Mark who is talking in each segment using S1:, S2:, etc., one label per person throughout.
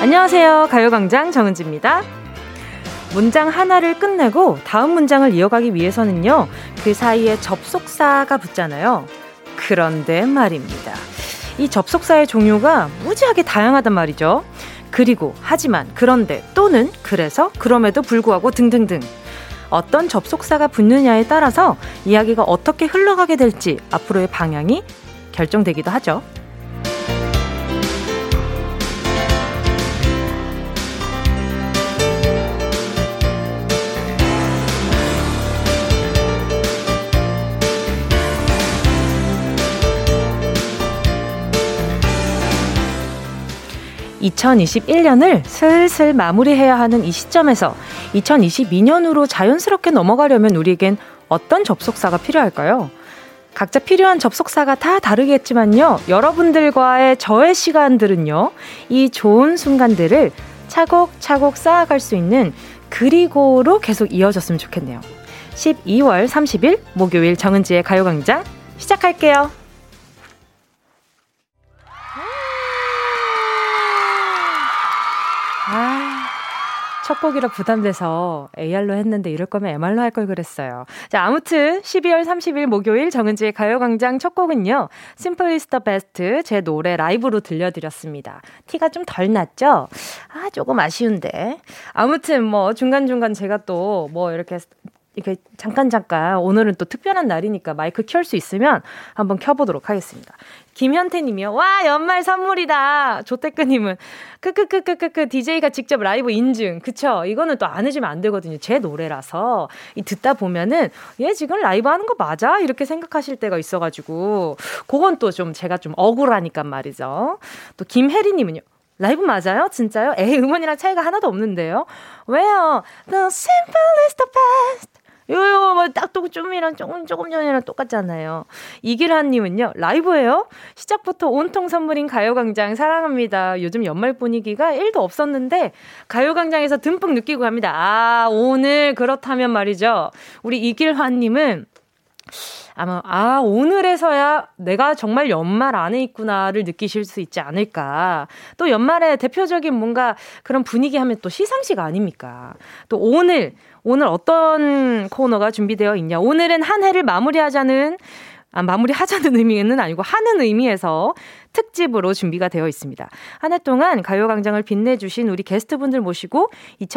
S1: 안녕하세요. 가요광장 정은지입니다. 문장 하나를 끝내고 다음 문장을 이어가기 위해서는요, 그 사이에 접속사가 붙잖아요. 그런데 말입니다. 이 접속사의 종류가 무지하게 다양하단 말이죠. 그리고, 하지만, 그런데, 또는, 그래서, 그럼에도 불구하고 등등등. 어떤 접속사가 붙느냐에 따라서 이야기가 어떻게 흘러가게 될지 앞으로의 방향이 결정되기도 하죠. (2021년을) 슬슬 마무리해야 하는 이 시점에서 (2022년으로) 자연스럽게 넘어가려면 우리에겐 어떤 접속사가 필요할까요? 각자 필요한 접속사가 다 다르겠지만요. 여러분들과의 저의 시간들은요. 이 좋은 순간들을 차곡차곡 쌓아갈 수 있는 그리고로 계속 이어졌으면 좋겠네요. 12월 30일 목요일 정은지의 가요광장 시작할게요. 아, 첫 곡이라 부담돼서 AR로 했는데 이럴 거면 MR로 할 걸 그랬어요. 자, 아무튼 12월 30일 목요일 정은지의 가요광장 첫 곡은요. Simple is the best 제 노래 라이브로 들려드렸습니다. 티가 좀 덜 났죠? 아, 조금 아쉬운데. 아무튼 뭐 중간중간 제가 또 뭐 이렇게 이렇게 잠깐 잠깐 오늘은 또 특별한 날이니까 마이크 켤 수 있으면 한번 켜보도록 하겠습니다. 김현태님이요. 와 연말 선물이다. 조태근님은 크크크크크크 DJ가 직접 라이브 인증. 그쵸? 이거는 또 안 해주면 안 되거든요. 제 노래라서 이 듣다 보면은 얘 지금 라이브 하는 거 맞아? 이렇게 생각하실 때가 있어가지고 그건 또 좀 제가 좀 억울하니까 말이죠. 또 김혜리님은요. 라이브 맞아요? 진짜요? 에이 음원이랑 차이가 하나도 없는데요. 왜요? The simple is the best. 요요 뭐, 뭐딱또좀이랑 조금 조금 전이랑 똑같잖아요. 이길환님은요 라이브예요. 시작부터 온통 선물인 가요광장 사랑합니다. 요즘 연말 분위기가 1도 없었는데 가요광장에서 듬뿍 느끼고 갑니다. 아 오늘 그렇다면 말이죠. 우리 이길환님은 아마 아 오늘에서야 내가 정말 연말 안에 있구나를 느끼실 수 있지 않을까. 또 연말에 대표적인 뭔가 그런 분위기 하면 또 시상식 아닙니까? 또 오늘 오늘 어떤 코너가 준비되어 있냐? 오늘은 한 해를 마무리하자는 아, 마무리하자는 의미는 아니고 하는 의미에서 특집으로 준비가 되어 있습니다. 한 해 동안 가요광장을 빛내주신 우리 게스트분들 모시고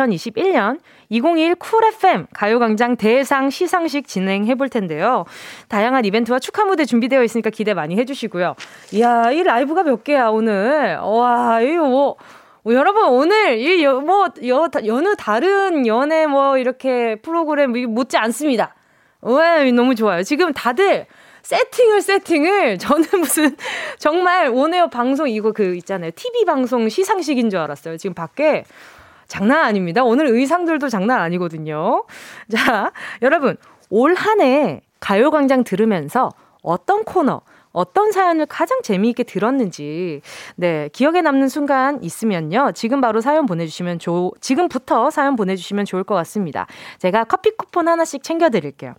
S1: 2021년 2021 쿨FM 가요광장 대상 시상식 진행해 볼 텐데요. 다양한 이벤트와 축하 무대 준비되어 있으니까 기대 많이 해주시고요. 이야, 이 라이브가 몇 개야, 오늘. 와, 이거 뭐. 뭐 여러분 오늘 이뭐 여느 다른 연애 뭐 이렇게 프로그램 못지 않습니다. 와 너무 좋아요. 지금 다들 세팅을 세팅을 저는 무슨 정말 원에어 방송 이거 그 있잖아요. TV 방송 시상식인 줄 알았어요. 지금 밖에 장난 아닙니다. 오늘 의상들도 장난 아니거든요. 자, 여러분 올 한 해 가요광장 들으면서 어떤 코너 어떤 사연을 가장 재미있게 들었는지, 네, 기억에 남는 순간 있으면요. 지금 바로 사연 보내주시면 좋, 지금부터 사연 보내주시면 좋을 것 같습니다. 제가 커피 쿠폰 하나씩 챙겨드릴게요.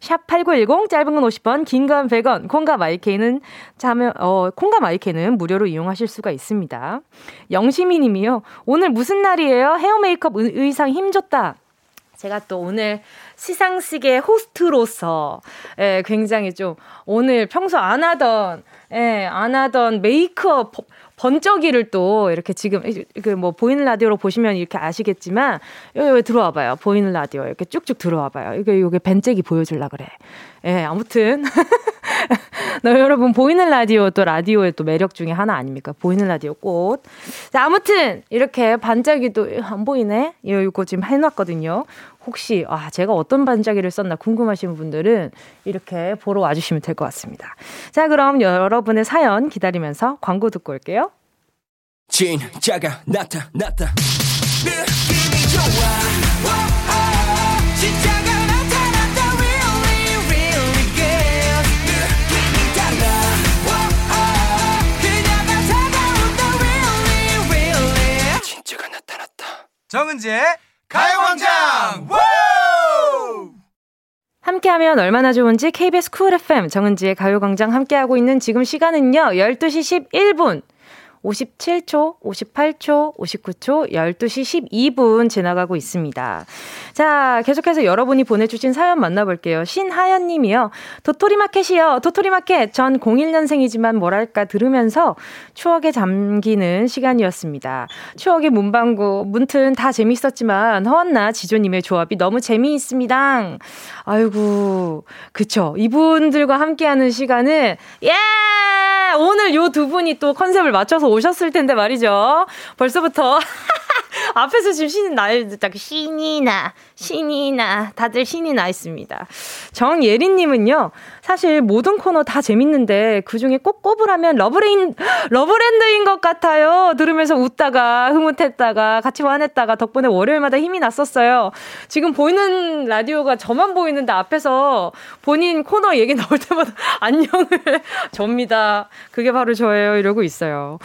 S1: 샵8910 짧은 건 50원, 긴 건 100원. 콩과 마이케이는 참여 어 콩과 마이케이는 무료로 이용하실 수가 있습니다. 영시미 님이요. 오늘 무슨 날이에요? 헤어 메이크업 의, 의상 힘줬다. 제가 또 오늘 시상식의 호스트로서 예, 굉장히 좀 오늘 평소 안 하던 예, 안 하던 메이크업 번쩍이를 또 이렇게 지금 그 뭐 보이는 라디오로 보시면 이렇게 아시겠지만 여기, 여기 들어와 봐요. 보이는 라디오 이렇게 쭉쭉 들어와 봐요. 이게 요게 벤잭이 보여줄라 그래. 예, 아무튼 나 여러분 보이는 라디오 또 라디오의 또 매력 중에 하나 아닙니까? 보이는 라디오 꽃. 자, 아무튼 이렇게 반짝이도 안 보이네. 이거 지금 해놨거든요. 혹시 아 제가 어떤 반짝이를 썼나 궁금하신 분들은 이렇게 보러 와주시면 될 것 같습니다. 자, 그럼 여러분의 사연 기다리면서 광고 듣고 올게요.
S2: 진짜가 나타났다. 느낌이 좋아. 워, 오, 진짜가 나타났다. Really, really good. 느낌이 달라. 워, 오, 그녀가 다가온다. Really, really. 진짜가 나타났다.
S3: 정은지의 가요광장
S1: 함께하면 얼마나 좋은지 KBS 쿨 FM 정은지의 가요광장 함께하고 있는 지금 시간은요 12시 11분. 57초, 58초, 59초, 12시 12분 지나가고 있습니다. 자, 계속해서 여러분이 보내주신 사연 만나볼게요. 신하연 님이요. 도토리마켓이요. 도토리마켓. 전 01년생이지만 뭐랄까 들으면서 추억에 잠기는 시간이었습니다. 추억의 문방구, 문튼 다 재밌었지만 허한나 지조님의 조합이 너무 재미있습니다. 아이고, 그쵸. 이분들과 함께하는 시간은, 예! 오늘 요 두 분이 또 컨셉을 맞춰서 오셨을 텐데 말이죠. 벌써부터. 앞에서 지금 신이 나, 신이 나, 신이 나, 다들 신이 나 있습니다. 정예린님은요, 사실 모든 코너 다 재밌는데 그 중에 꼭 꼽으라면 러브레인, 러브랜드인 것 같아요. 들으면서 웃다가 흐뭇했다가 같이 화냈다가 덕분에 월요일마다 힘이 났었어요. 지금 보이는 라디오가 저만 보이는데 앞에서 본인 코너 얘기 나올 때마다 안녕을 접니다. 그게 바로 저예요. 이러고 있어요.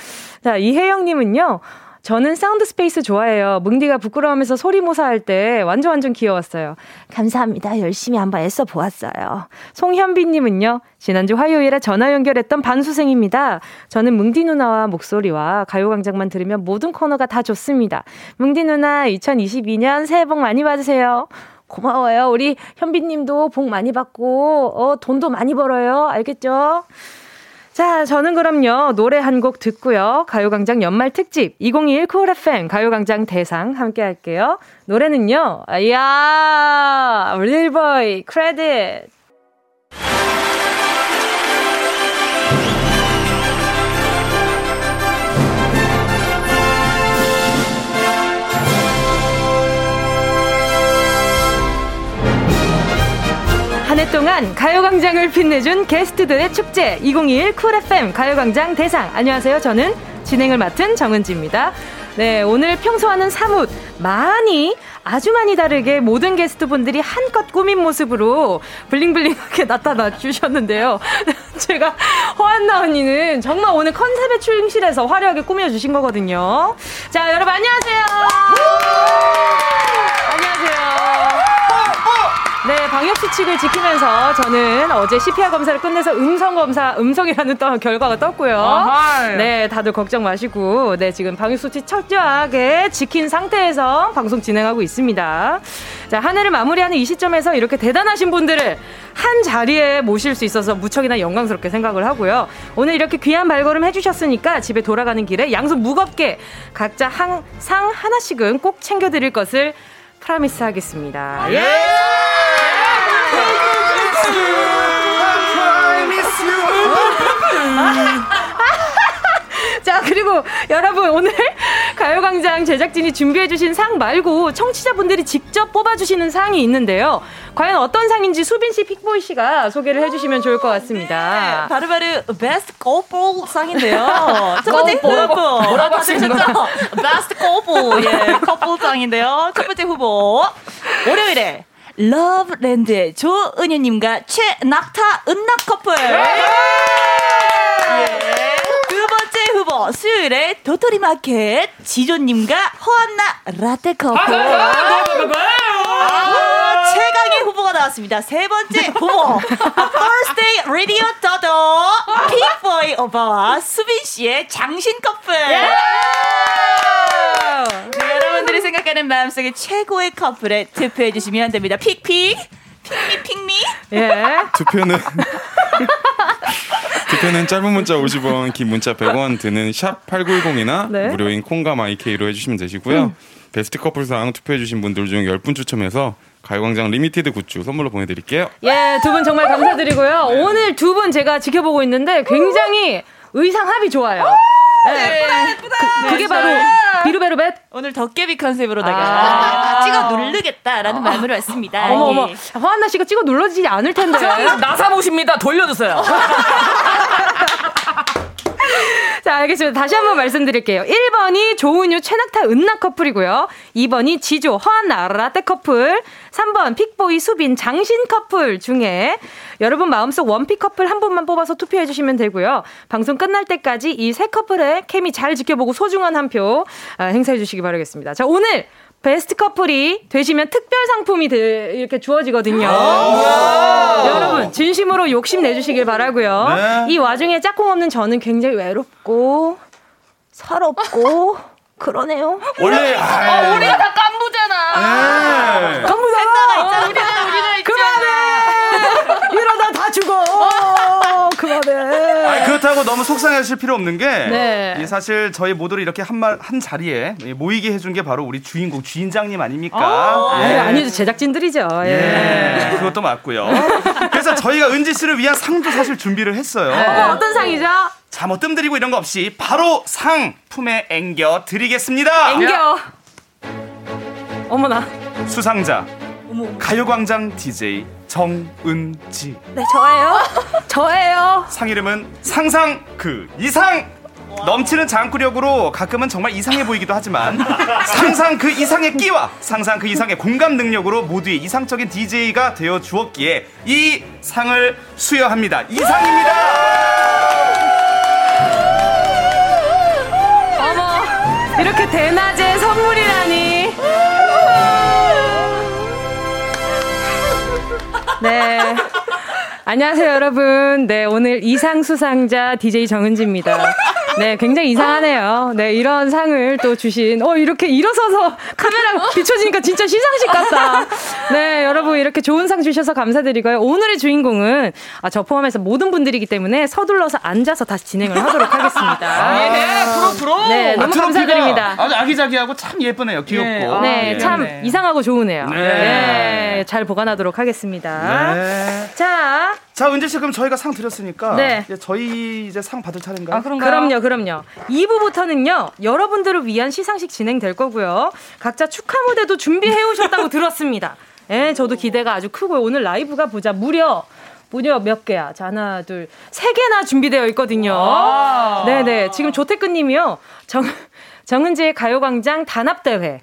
S1: 자, 이혜영님은요, 저는 사운드 스페이스 좋아해요. 뭉디가 부끄러워하면서 소리 모사할 때 완전 완전 귀여웠어요. 감사합니다. 열심히 한번 애써 보았어요. 송현빈님은요. 지난주 화요일에 전화 연결했던 반수생입니다. 저는 뭉디 누나와 목소리와 가요광장만 들으면 모든 코너가 다 좋습니다. 뭉디 누나 2022년 새해 복 많이 받으세요. 고마워요. 우리 현빈님도 복 많이 받고 어, 돈도 많이 벌어요. 알겠죠? 자, 저는 그럼요, 노래 한 곡 듣고요. 가요광장 연말 특집 2021 쿨 FM 가요광장 대상 함께 할게요. 노래는요, 이야, 릴보이 크레딧. 한 해 동안 가요광장을 빛내준 게스트들의 축제 2021 쿨FM 가요광장 대상 안녕하세요 저는 진행을 맡은 정은지입니다 네 오늘 평소와는 사뭇 많이 아주 많이 다르게 모든 게스트분들이 한껏 꾸민 모습으로 블링블링하게 나타나 주셨는데요 제가 허한나 언니는 정말 오늘 컨셉에 충실해서 화려하게 꾸며주신 거거든요 자 여러분 안녕하세요 안녕하세요 네, 방역 수칙을 지키면서 저는 어제 CPR 검사를 끝내서 음성 검사 음성이라는 떠, 결과가 떴고요.
S3: 어허이.
S1: 네, 다들 걱정 마시고 네, 지금 방역 수칙 철저하게 지킨 상태에서 방송 진행하고 있습니다. 자, 한 해를 마무리하는 이 시점에서 이렇게 대단하신 분들을 한 자리에 모실 수 있어서 무척이나 영광스럽게 생각을 하고요. 오늘 이렇게 귀한 발걸음 해주셨으니까 집에 돌아가는 길에 양손 무겁게 각자 한, 상 하나씩은 꼭 챙겨드릴 것을 프라미스 하겠습니다.
S3: 아,
S1: 예! 자, 그리고 여러분, 오늘 가요광장 제작진이 준비해주신 상 말고 청취자분들이 직접 뽑아주시는 상이 있는데요. 과연 어떤 상인지 수빈씨, 픽보이 씨가 소개를 해주시면 좋을 것 같습니다.
S4: 바로바로 베스트 꼬볼 상인데요. 첫 번째
S1: 꼬볼.
S4: 후보. 뭐, 아, 뭐라고 하시죠? 베스트 꼬볼. 예, 꼬볼 상인데요. 첫 번째 후보. 월요일에 러브랜드의 조은유님과 최낙타 은낙 커플. 예. 두 번째 후보 수요일에 도토리마켓 지조님과 허한나 라떼 커플. 아, 최강의 후보가 나왔습니다. 세 번째 후보. Thursday Radio 더더 픽보이 오빠와 수빈 씨의 장신 커플.
S5: 예!
S4: 네, 여러분들이 생각하는 마음속의 최고의 커플에 투표해 주시면 됩니다. 픽픽. 픽미 픽미.
S1: 예.
S6: 투표는 투표는 짧은 문자 50원, 긴 문자 100원 드는 샵 8910이나
S1: 네.
S6: 무료인 콩과 마이케이로 해주시면 되시고요.
S7: 음.
S6: 베스트 커플상 투표해주신 분들 중 10분 추첨해서 가요광장 리미티드 굿즈 선물로 보내드릴게요.
S1: 예, 두 분 정말 감사드리고요. 오늘 두 분 제가 지켜보고 있는데 굉장히 의상 합이 좋아요. 예. 그, 그게 바로 비루베르벳
S4: 오늘 도깨비 컨셉으로 나가.
S1: 아.
S4: 아~ 찍어 누르겠다라는 마음으로 왔습니다.
S1: 어머 어머
S4: 예.
S1: 화한나 씨가 찍어 눌러지지 않을 텐데
S8: 나사 모십니다. 돌려주세요.
S1: 자 알겠습니다 다시 한번 말씀드릴게요 1번이 조은유 최낙타 은나 커플이고요 2번이 지조 허한나 라떼 커플 3번 픽보이 수빈 장신 커플 중에 여러분 마음속 원픽 커플 한 분만 뽑아서 투표해 주시면 되고요 방송 끝날 때까지 이 세 커플의 케미 잘 지켜보고 소중한 한 표 아, 행사해 주시기 바라겠습니다 자 오늘 베스트 커플이 되시면 특별 상품이 들- 이렇게 주어지거든요.
S6: 아,
S1: 여러분 진심으로
S6: 네.
S1: 욕심 내주시길 바라고요. 이 와중에 짝꿍 없는 저는 굉장히 외롭고 서럽고 그러네요.
S6: 원래 아,
S5: 우리가 다 깐부잖아.
S6: 네.
S1: 이러다 다 죽어. 어, 그만해.
S3: 아니, 그렇다고 너무 속상해하실 필요 없는 게
S5: 네.
S3: 이 사실 저희 모두를 이렇게 한 말 한 자리에 모이게 해준 게 바로 우리 주인공 주인장님 아닙니까?
S1: 어,
S6: 네.
S1: 아유, 아니죠 제작진들이죠. 예.
S3: 예, 그것도 맞고요. 그래서 저희가 은지 씨를 위한 상도 사실 준비를 했어요.
S1: 어떤 상이죠?
S3: 자, 뭐 뜸 들이고 이런 거 없이 바로 상 품에 앵겨 드리겠습니다.
S1: 앵겨. 어머나.
S3: 수상자 가요광장 DJ 정은지
S1: 네 저예요. 저예요.
S3: 상 이름은 상상 그 이상 넘치는 장구력으로 가끔은 정말 이상해 보이기도 하지만 상상 그 이상의 끼와 상상 그 이상의 공감 능력으로 모두의 이상적인 DJ가 되어 주었기에 이 상을 수여합니다. 이상입니다.
S1: 어머 이렇게 대낮에 선물이라니. 네. 안녕하세요, 여러분. 네, 오늘 이상 수상자 DJ 정은지입니다. 네, 굉장히 이상하네요. 네, 이런 상을 또 주신, 어, 이렇게 일어서서 카메라 비춰지니까 진짜 시상식 같다. 네, 여러분, 이렇게 좋은 상 주셔서 감사드리고요. 오늘의 주인공은, 아, 저 포함해서 모든 분들이기 때문에 서둘러서 앉아서 다시 진행을 하도록
S3: 아,
S1: 하겠습니다.
S5: 예, 프로 프로.
S1: 네, 너무
S3: 트로피가
S1: 감사드립니다.
S3: 아주 아기자기하고 참 예쁘네요. 귀엽고.
S1: 네,
S3: 예.
S1: 참
S5: 그러네.
S1: 이상하고 좋으네요. 네.
S3: 네.
S1: 잘 보관하도록 하겠습니다.
S3: 네.
S1: 자,
S3: 자 은지 씨 그럼 저희가 상 드렸으니까
S1: 네.
S3: 이제 저희 이제 상 받을 차례인가요?
S5: 아
S1: 그럼요,
S5: 그런가요?
S1: 그럼요. 2부부터는요, 여러분들을 위한 시상식 진행될 거고요. 각자 축하 무대도 준비해 오셨다고 들었습니다. 예, 저도 기대가 아주 크고요. 오늘 라이브가 보자. 무려, 무려 몇 개야? 자, 하나, 둘, 세 개나 준비되어 있거든요. 아. 네네. 지금 조태근 님이요. 정, 정은지의 가요광장 단합대회.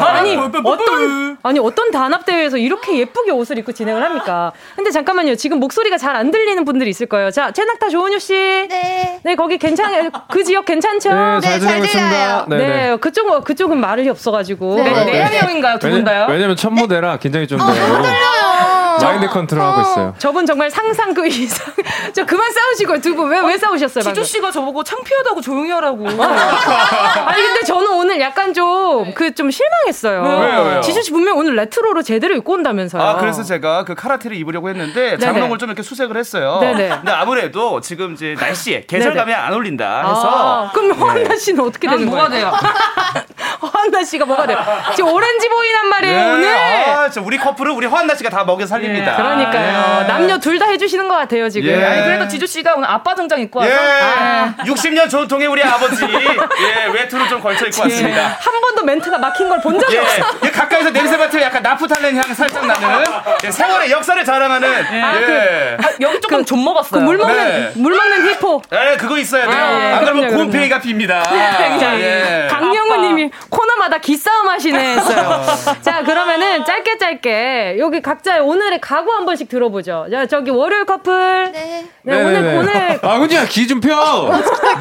S1: 아니 어떤 아니 어떤 단합 대회에서 이렇게 예쁘게 옷을 입고 진행을 합니까? 근데 잠깐만요. 지금 목소리가 잘 안 들리는 분들이 있을 거예요. 자, 최낙타 조은유 씨.
S7: 네.
S1: 네, 거기 괜찮 그 지역 괜찮죠?
S7: 네, 잘 들려요.
S1: 네, 그쪽 그쪽은 말이 없어 가지고.
S7: 네.
S1: 네.
S7: 네.
S5: 네 명인가요? 두 분다요?
S9: 왜냐면 첫 무대라 굉장히 좀 더
S7: 떨려요.
S9: 마인드 컨트롤하고 있어요.
S1: 저분 정말 상상 그 이상. 저 그만 싸우시고요. 두 분 왜 왜 싸우셨어요, 방금?
S5: 지조 씨가 저보고 창피하다고 조용히 하라고.
S1: 아니 근데 저는 오늘 약간 좀 그 좀 실망했어요.
S3: 왜요, 왜요?
S1: 지수 씨 분명 오늘 레트로로 제대로 입고 온다면서요.
S3: 아, 그래서 제가 그 카라테를 입으려고 했는데 장롱을 좀 이렇게 수색을 했어요.
S1: 네네.
S3: 근데 아무래도 지금 이제 날씨에 계절감이 안 어울린다
S1: 아,
S3: 해서 네.
S1: 그럼 허한나 씨는 어떻게 되는 거예요?
S5: 뭐가 돼요?
S1: 허한나 씨가 뭐가 돼요? 지금 오렌지 보이란 말이에요
S3: 네,
S1: 오늘.
S3: 아, 진짜 우리 커플은 우리 허한나 씨가 다 먹여 살립니다.
S1: 그러니까요.
S3: 예.
S1: 남녀 둘 다 해주시는 것 같아요 지금.
S3: 예.
S5: 아니 그래도 지조 씨가 오늘 아빠 정장 입고 와서
S3: 예.
S1: 네.
S3: 60년 전통의 우리 아버지 예, 외투를 좀 걸쳐 입고 왔습니다.
S1: 한 번도 멘트가 막힌 걸 본 적이
S3: 예.
S1: 없어.
S3: 예, 가까이서 냄새 맡으면 약간 나프탈렌 향 살짝 나는 예, 세월의 역사를 자랑하는 예.
S1: 그
S5: 아, 여기 조금
S3: 그
S5: 좀 먹었어요.
S1: 물 먹는
S3: 네.
S1: 물 먹는 히포.
S3: 예, 그거 있어야 돼요.
S1: 예,
S3: 안 그러면
S1: 그럼요,
S3: 곰팽이가 핍니다. 예.
S1: 강명우님이 코너마다 기싸움 하시네 했어요. 자 그러면은 짧게 짧게 여기 각자 오늘의 각오 한 번씩 들어보죠. 자 저기 월요일 커플. 네,
S7: 네.
S1: 오늘
S9: 네네네.
S1: 오늘
S9: 아 은지야 기 좀 펴. 뭐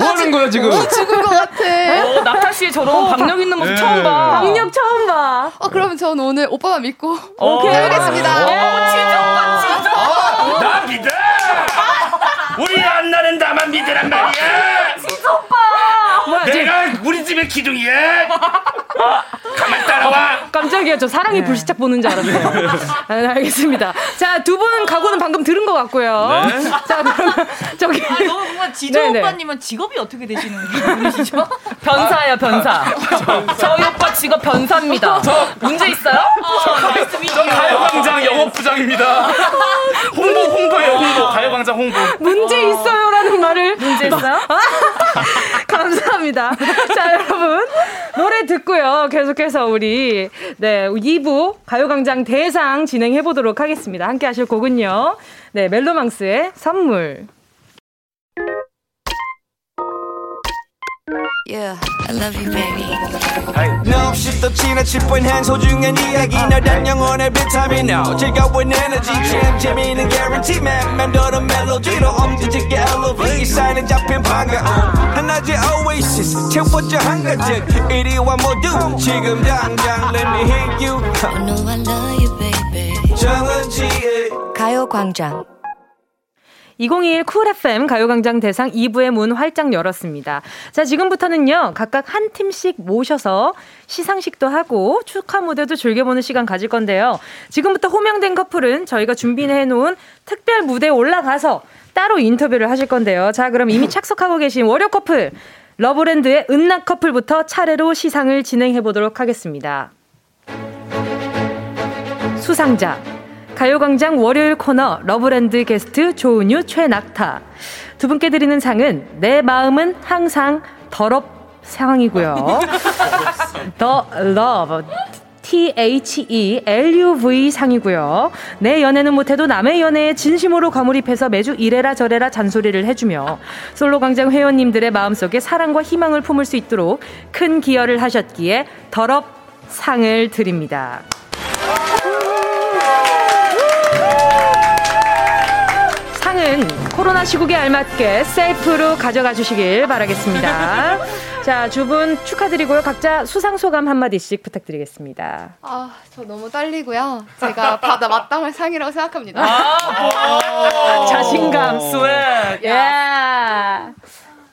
S9: 하는 거야 지금?
S7: 어, 죽을 것 같아.
S5: 어, 낙타 씨의 저런 박력 있는 모습 처음 봐.
S1: 강력 예. 처음 봐.
S7: 어, 그럼 전 오늘 오빠만 믿고
S5: 어.
S1: 오케이. 어,
S7: 해보겠습니다. 어,
S3: 나 믿어! 우리 안나는 나만 믿으란 말이야!
S1: 뭐야
S5: 네.
S1: 지금
S3: 내가 우리 집의 기둥이야! 가만 따라와!
S1: 깜짝이야. 저 사랑의
S5: 네.
S1: 불시착 보는 줄 알았어요. 아, 네, 알겠습니다. 자, 두 분 각오는 방금 들은 것 같고요.
S5: 네.
S1: 자, 그러면 저기.
S4: 아니, 너무 궁금한 지조
S1: 네네.
S4: 오빠님은 직업이 어떻게 되시는 분이시죠? 아,
S5: 변사예요, 변사. 저희 오빠 직업 변사입니다. 문제 있어요?
S7: 네.
S3: 가요광장 영업부장입니다. 홍보, 홍보예요, 홍보. 가요광장 홍보.
S1: 문제 있어요라는 말을 아,
S5: 문제 있어요?
S1: 감사합니다. 자, 여러분. 노래 듣고요. 계속해서 우리 네, 2부 가요 광장 대상 진행해 보도록 하겠습니다. 함께 하실 곡은요. 네, 멜로망스의 선물.
S2: 너 없이 또 지나칠 뻔한 소중한 이야기 너란 영혼의 비타민 now 즐거운 에너지 참 재미있는 guarantee man 만드는 멜로디로 엄지짓게 elevate 이 사이는 잡힌 반가움 하나의 oasis 채워져 한가득 이리와 모두 지금 당장 let me hit you 정은지의
S10: 가요광장
S1: 2021 쿨FM 가요광장 대상 2부의 문 활짝 열었습니다. 자, 지금부터는요, 각각 한 팀씩 모셔서 시상식도 하고 축하 무대도 즐겨보는 시간 가질 건데요. 지금부터 호명된 커플은 저희가 준비해놓은 특별 무대에 올라가서 따로 인터뷰를 하실 건데요. 자, 그럼 이미 착석하고 계신 월요 커플, 러브랜드의 은낙 커플부터 차례로 시상을 진행해 보도록 하겠습니다. 수상자 가요광장 월요일 코너 러브랜드 게스트 조은유 최낙타 두 분께 드리는 상은 내 마음은 항상 더럽 상황이고요. 더 러브 T H E L U V 상이고요. 내 연애는 못해도 남의 연애에 진심으로 과몰입해서 매주 이래라 저래라 잔소리를 해주며 솔로 광장 회원님들의 마음속에 사랑과 희망을 품을 수 있도록 큰 기여를 하셨기에 더럽 상을 드립니다. 상은 코로나 시국에 알맞게 세이프로 가져가 주시길 바라겠습니다. 자, 두 분 축하드리고요. 각자 수상 소감 한마디씩 부탁드리겠습니다.
S7: 아, 저 너무 떨리고요. 제가 받아 마땅할 상이라고 생각합니다.
S1: 아.
S7: 어.
S1: 자신감 스웩.
S7: 예.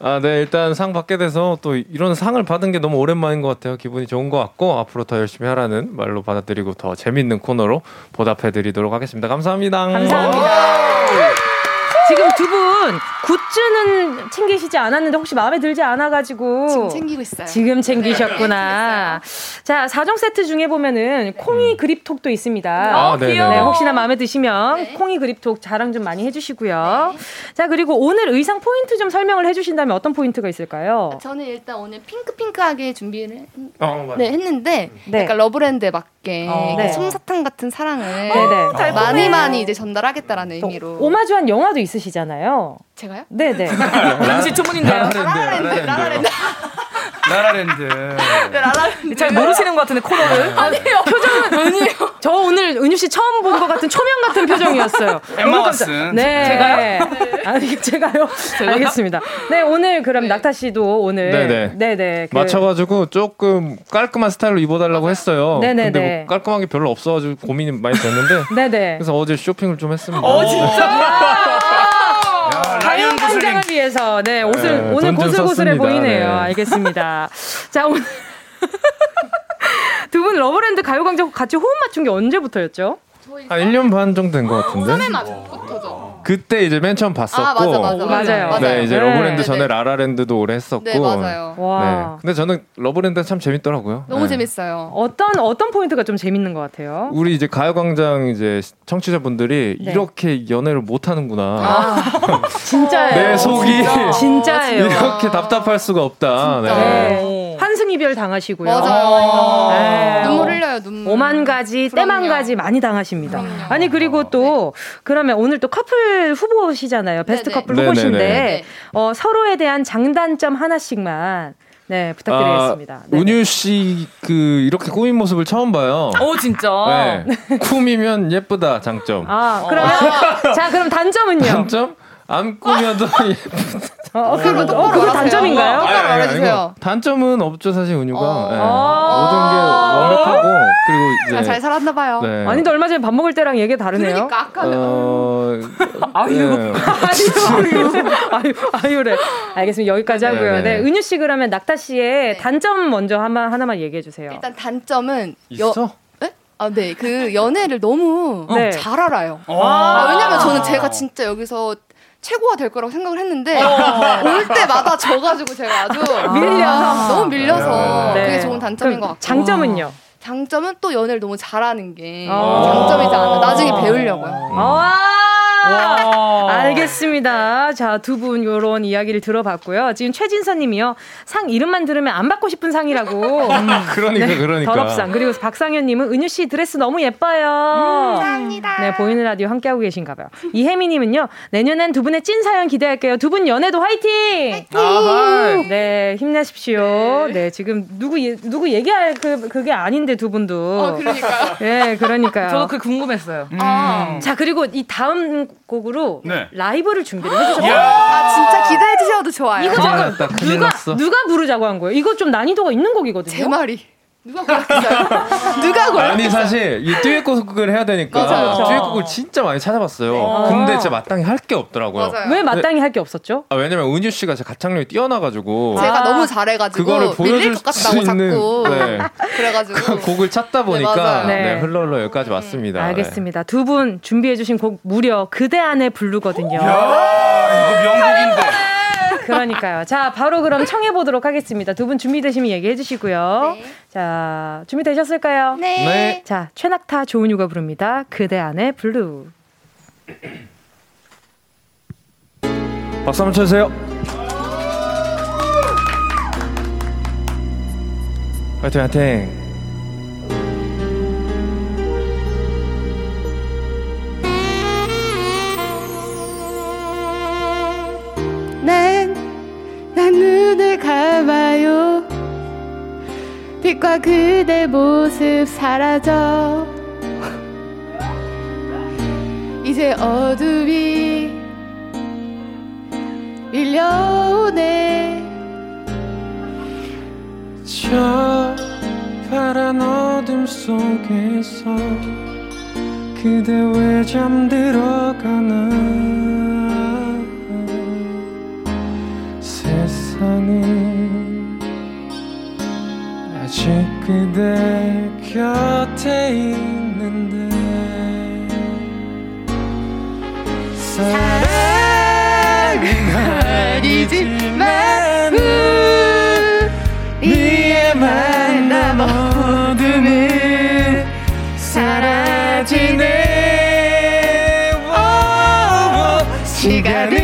S9: 아, 네, 일단 상 받게 돼서 또 이런 상을 받은 게 너무 오랜만인 것 같아요. 기분이 좋은 것 같고, 앞으로 더 열심히 하라는 말로 받아들이고 더 재밌는 코너로 보답해드리도록 하겠습니다. 감사합니다. 어,
S1: 감사합니다. 지금 두 분 굿즈는 챙기시지 않았는데 혹시 마음에 들지 않아 가지고
S7: 지금 챙기고 있어요.
S1: 지금 챙기셨구나. 자, 4종 세트 중에 보면은 콩이 그립톡도 있습니다.
S9: 음. 아, 네네.
S1: 네,
S9: 귀여워.
S1: 혹시나 마음에 드시면
S7: 어, 네.
S1: 콩이 그립톡 자랑 좀 많이 해주시고요. 자, 그리고 오늘 의상 포인트 좀 설명을 해주신다면 어떤 포인트가 있을까요?
S7: 아, 저는 일단 오늘 핑크핑크하게 준비를 했-
S9: 어, 맞-
S7: 네, 했는데
S1: 네.
S7: 약간 러브랜드에 맞게
S1: 어. 네. 어,
S7: 솜사탕 같은 사랑을 어,
S1: 네네.
S7: 많이 많이 이제 전달하겠다라는
S1: 또
S7: 의미로
S1: 오마주한 영화도 있으시잖아요.
S7: 제가요?
S1: 네네.
S5: 당시 초문인데요.
S9: 라라랜드, 라라랜드.
S3: 라라랜드.
S5: 잘 모르시는 것 같은데 코너를.
S3: 네.
S7: 아니요. 표정은 눈이에요.
S1: 네. 저 오늘 은유 씨 처음 본 것 같은 초면 같은 표정이었어요.
S3: 엠마
S1: 너무 깜짝-
S3: 왓슨.
S1: 네. 제가요? 아니, 제가요? 알겠습니다. 네, 오늘 그럼 낙타 씨도 오늘.
S9: 네네.
S1: 네네. 그-
S9: 맞춰가지고 조금 깔끔한 스타일로 입어달라고 했어요.
S1: 네네네.
S9: 근데 뭐 깔끔한 게 별로 없어가지고 고민이 많이 됐는데
S1: 네네.
S9: 그래서 어제 쇼핑을 좀 했습니다.
S1: 가요 광장을 위해서 네 옷을
S9: 네,
S1: 오늘
S9: 돈좀
S1: 고슬고슬해
S9: 썼습니다.
S1: 보이네요.
S9: 네.
S1: 알겠습니다. 자 오늘 두 분 러브랜드 가요광장 같이 호흡 맞춘 게 언제부터였죠?
S9: 한 아, 1년 반 정도 된 것 같은데
S7: 맞부터죠.
S9: 그때 이제 맨 처음 봤었고
S7: 어, 아, 맞아, 맞아, 맞아.
S1: 어, 맞아요.
S7: 맞아요.
S9: 네 이제
S1: 네.
S9: 러브랜드
S7: 네,
S9: 전에
S7: 네.
S9: 라라랜드도 오래 했었고
S7: 네, 맞아요.
S1: 와
S9: 네. 근데 저는 러브랜드 참 재밌더라고요.
S7: 너무
S9: 네.
S7: 재밌어요.
S1: 어떤 어떤 포인트가 좀 재밌는 것 같아요?
S9: 우리 이제 가요광장 이제 청취자분들이
S1: 네.
S9: 이렇게 연애를 못 하는구나.
S7: 아,
S1: 아, 진짜예요.
S9: 내 속이
S1: 진짜예요.
S9: 이렇게 답답할 수가 없다. 네.
S1: 네. 환승 이별 당하시고요.
S7: 맞아요.
S1: 네.
S7: 눈물 흘려요, 눈물.
S1: 오만 가지,
S7: 그럼요.
S1: 때만 가지 많이 당하십니다.
S7: 그럼요. 네.
S1: 아니 그리고 또 그러면 오늘 또 커플 후보시잖아요. 베스트
S7: 네네.
S1: 커플
S9: 네네네.
S1: 후보신데
S7: 네.
S1: 어, 서로에 대한 장단점 하나씩만 네 부탁드리겠습니다.
S9: 아,
S1: 네.
S9: 은유 씨 그 이렇게 꾸민 모습을 처음 봐요.
S1: 어?
S5: 오 어, 진짜.
S9: 네. 꾸미면 예쁘다 장점.
S1: 아
S7: 어.
S1: 그러면 자 그럼 단점은요?
S9: 단점? 안 꾸며도 예쁘다.
S1: 어, 그거
S7: 똑바로
S1: 어, 그거
S7: 말하세요.
S1: 단점인가요?
S9: 아니,
S7: 똑바로
S9: 아니,
S7: 말해주세요.
S9: 아니고 단점은 없죠 사실 은유가.
S7: 어.
S9: 예.
S1: 아.
S9: 모든 게 완벽하고 그리고 이제
S7: 아, 잘 살았나 봐요.
S9: 네.
S1: 아닌데 얼마 전에 밥 먹을 때랑 얘기 다르네요.
S7: 네. 그러니까 아까는
S9: 어. 네.
S1: 아유,
S9: 아유.
S1: 아유, 아유래. 알겠습니다. 여기까지 하고요. 네,
S9: 네네.
S1: 은유 씨 그러면 낙타 씨의
S7: 네.
S1: 단점 먼저 하나 하나만 얘기해 주세요.
S7: 일단 단점은
S9: 있어?
S7: 에? 아, 네. 그 연애를 너무
S1: 네.
S7: 잘 알아요. 아, 왜냐면 저는 제가 진짜 여기서 최고가 될 거라고 생각을 했는데 올 때마다 져가지고 제가 아주
S1: 밀려서.
S7: 너무 밀려서
S1: 네.
S7: 그게 좋은 단점인
S1: 그럼
S7: 것 같고
S1: 장점은요?
S7: 장점은 또 연애를 너무 잘하는 게
S1: 아.
S7: 장점이지 않나 나중에 배우려고요.
S1: 음. 와! 알겠습니다. 자, 두 분 요런 이야기를 들어봤고요. 지금 최진서 님이요. 상 이름만 들으면 안 받고 싶은 상이라고.
S9: 그러니까 그러니까.
S1: 더럽상. 그리고 박상현 님은 은유 씨 드레스 너무 예뻐요. 음, 감사합니다. 네, 보이는 라디오 함께하고 계신가 봐요. 이혜미 님은요. 내년엔 두 분의 찐 사연 기대할게요. 두 분 연애도 화이팅!
S3: 아하.
S1: 네, 힘내십시오. 네, 지금 누구 얘- 누구 얘기할 그 그게 아닌데 두 분도.
S7: 어, 그러니까요.
S1: 네, 그러니까요.
S5: 저도 그 궁금했어요.
S7: 음.
S1: 자 그리고 이 다음 곡으로
S3: 네.
S1: 라이브를 준비를 해주셨어요.
S3: 야.
S7: 아 진짜 기대해 주셔도 좋아요.
S1: 이거
S9: 큰일
S1: 지금
S9: 났다, 큰일
S1: 누가
S9: 났어.
S1: 누가 부르자고 한 거예요? 이거 좀 난이도가 있는 곡이거든요.
S7: 제 말이 누가 골랐겠어요? 누가 골랐?
S9: 아니 사실 이 듀엣곡을 해야 되니까
S7: 맞아요. 네.
S9: 듀엣곡을 진짜 많이 찾아봤어요. 근데 진짜 마땅히 할 게 없더라고요.
S7: 맞아요.
S1: 왜 마땅히 할 게 없었죠?
S9: 아, 왜냐면 은유 씨가 제 가창력이 뛰어나가지고
S7: 제가
S1: 아,
S7: 너무 잘해가지고
S9: 그거를
S7: 밀릴
S9: 보여줄
S7: 것
S9: 수
S7: 같다고
S9: 있는
S7: 자꾸
S9: 네.
S7: 그래가지고
S9: 그 곡을 찾다 보니까
S7: 아, 맞아요. 음.
S9: 네,
S1: 네.
S9: 흘러 흘러 여기까지 왔습니다.
S1: 알겠습니다. 두 분 준비해주신 곡 무려 그대 안에 부르거든요.
S3: 이거 명곡인데.
S1: 그러니까요. 자, 바로 그럼 청해보도록 하겠습니다. 두 분 준비되시면 얘기해주시고요.
S7: 네.
S1: 자, 준비되셨을까요?
S9: 네. 네.
S1: 자, 최낙타 조은유가 부릅니다. 그대 안에 블루.
S9: 박수 한번 쳐주세요. 화이팅 화이팅.
S7: 난, 난 눈을 감아요. 빛과 그대 모습 사라져. 이제 어둠이 밀려오네.
S9: 저 파란 어둠 속에서 그대 왜 잠들어가나 세상은 아직 그대 곁에 있는데 사랑은 아니지만 위에만 남아 어둠은 사라지네 오, 오, 시간은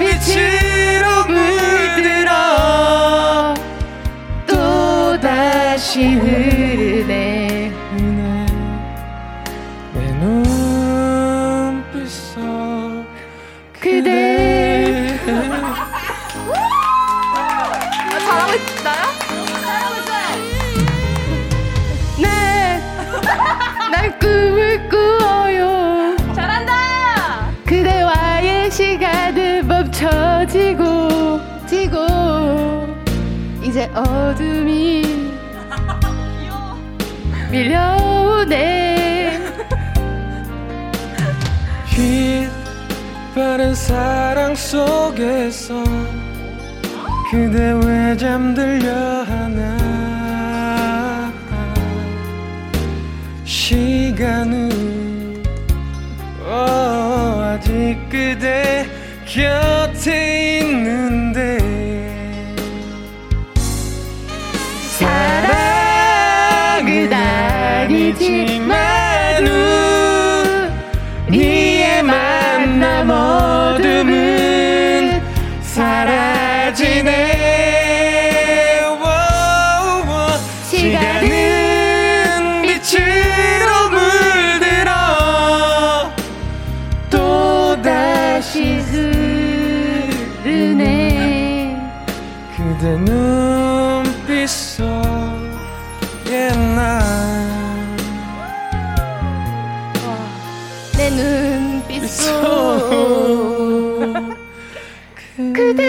S9: 빛으로 물들어 또다시 흐르네 내 눈빛 속 그대
S7: 잘하고 있나요? 잘하고 있어요. 네. 날 꿈을 꾸어요. 잘한다. 그대와의 시간은 멈춰지고 지고 이제 어둠이 밀려오네.
S9: 빛바른 사랑 속에서 그대 왜 잠들려 하나 시간은 어, 아직 그대 곁에 있는데 사랑은 아니지만 우 니의 만남 어둠은 사라지네 워우워. 시간은 빛으로 물들어 또다시 흐르네 그대 눈빛 속에 나
S7: 내 눈빛 속 그대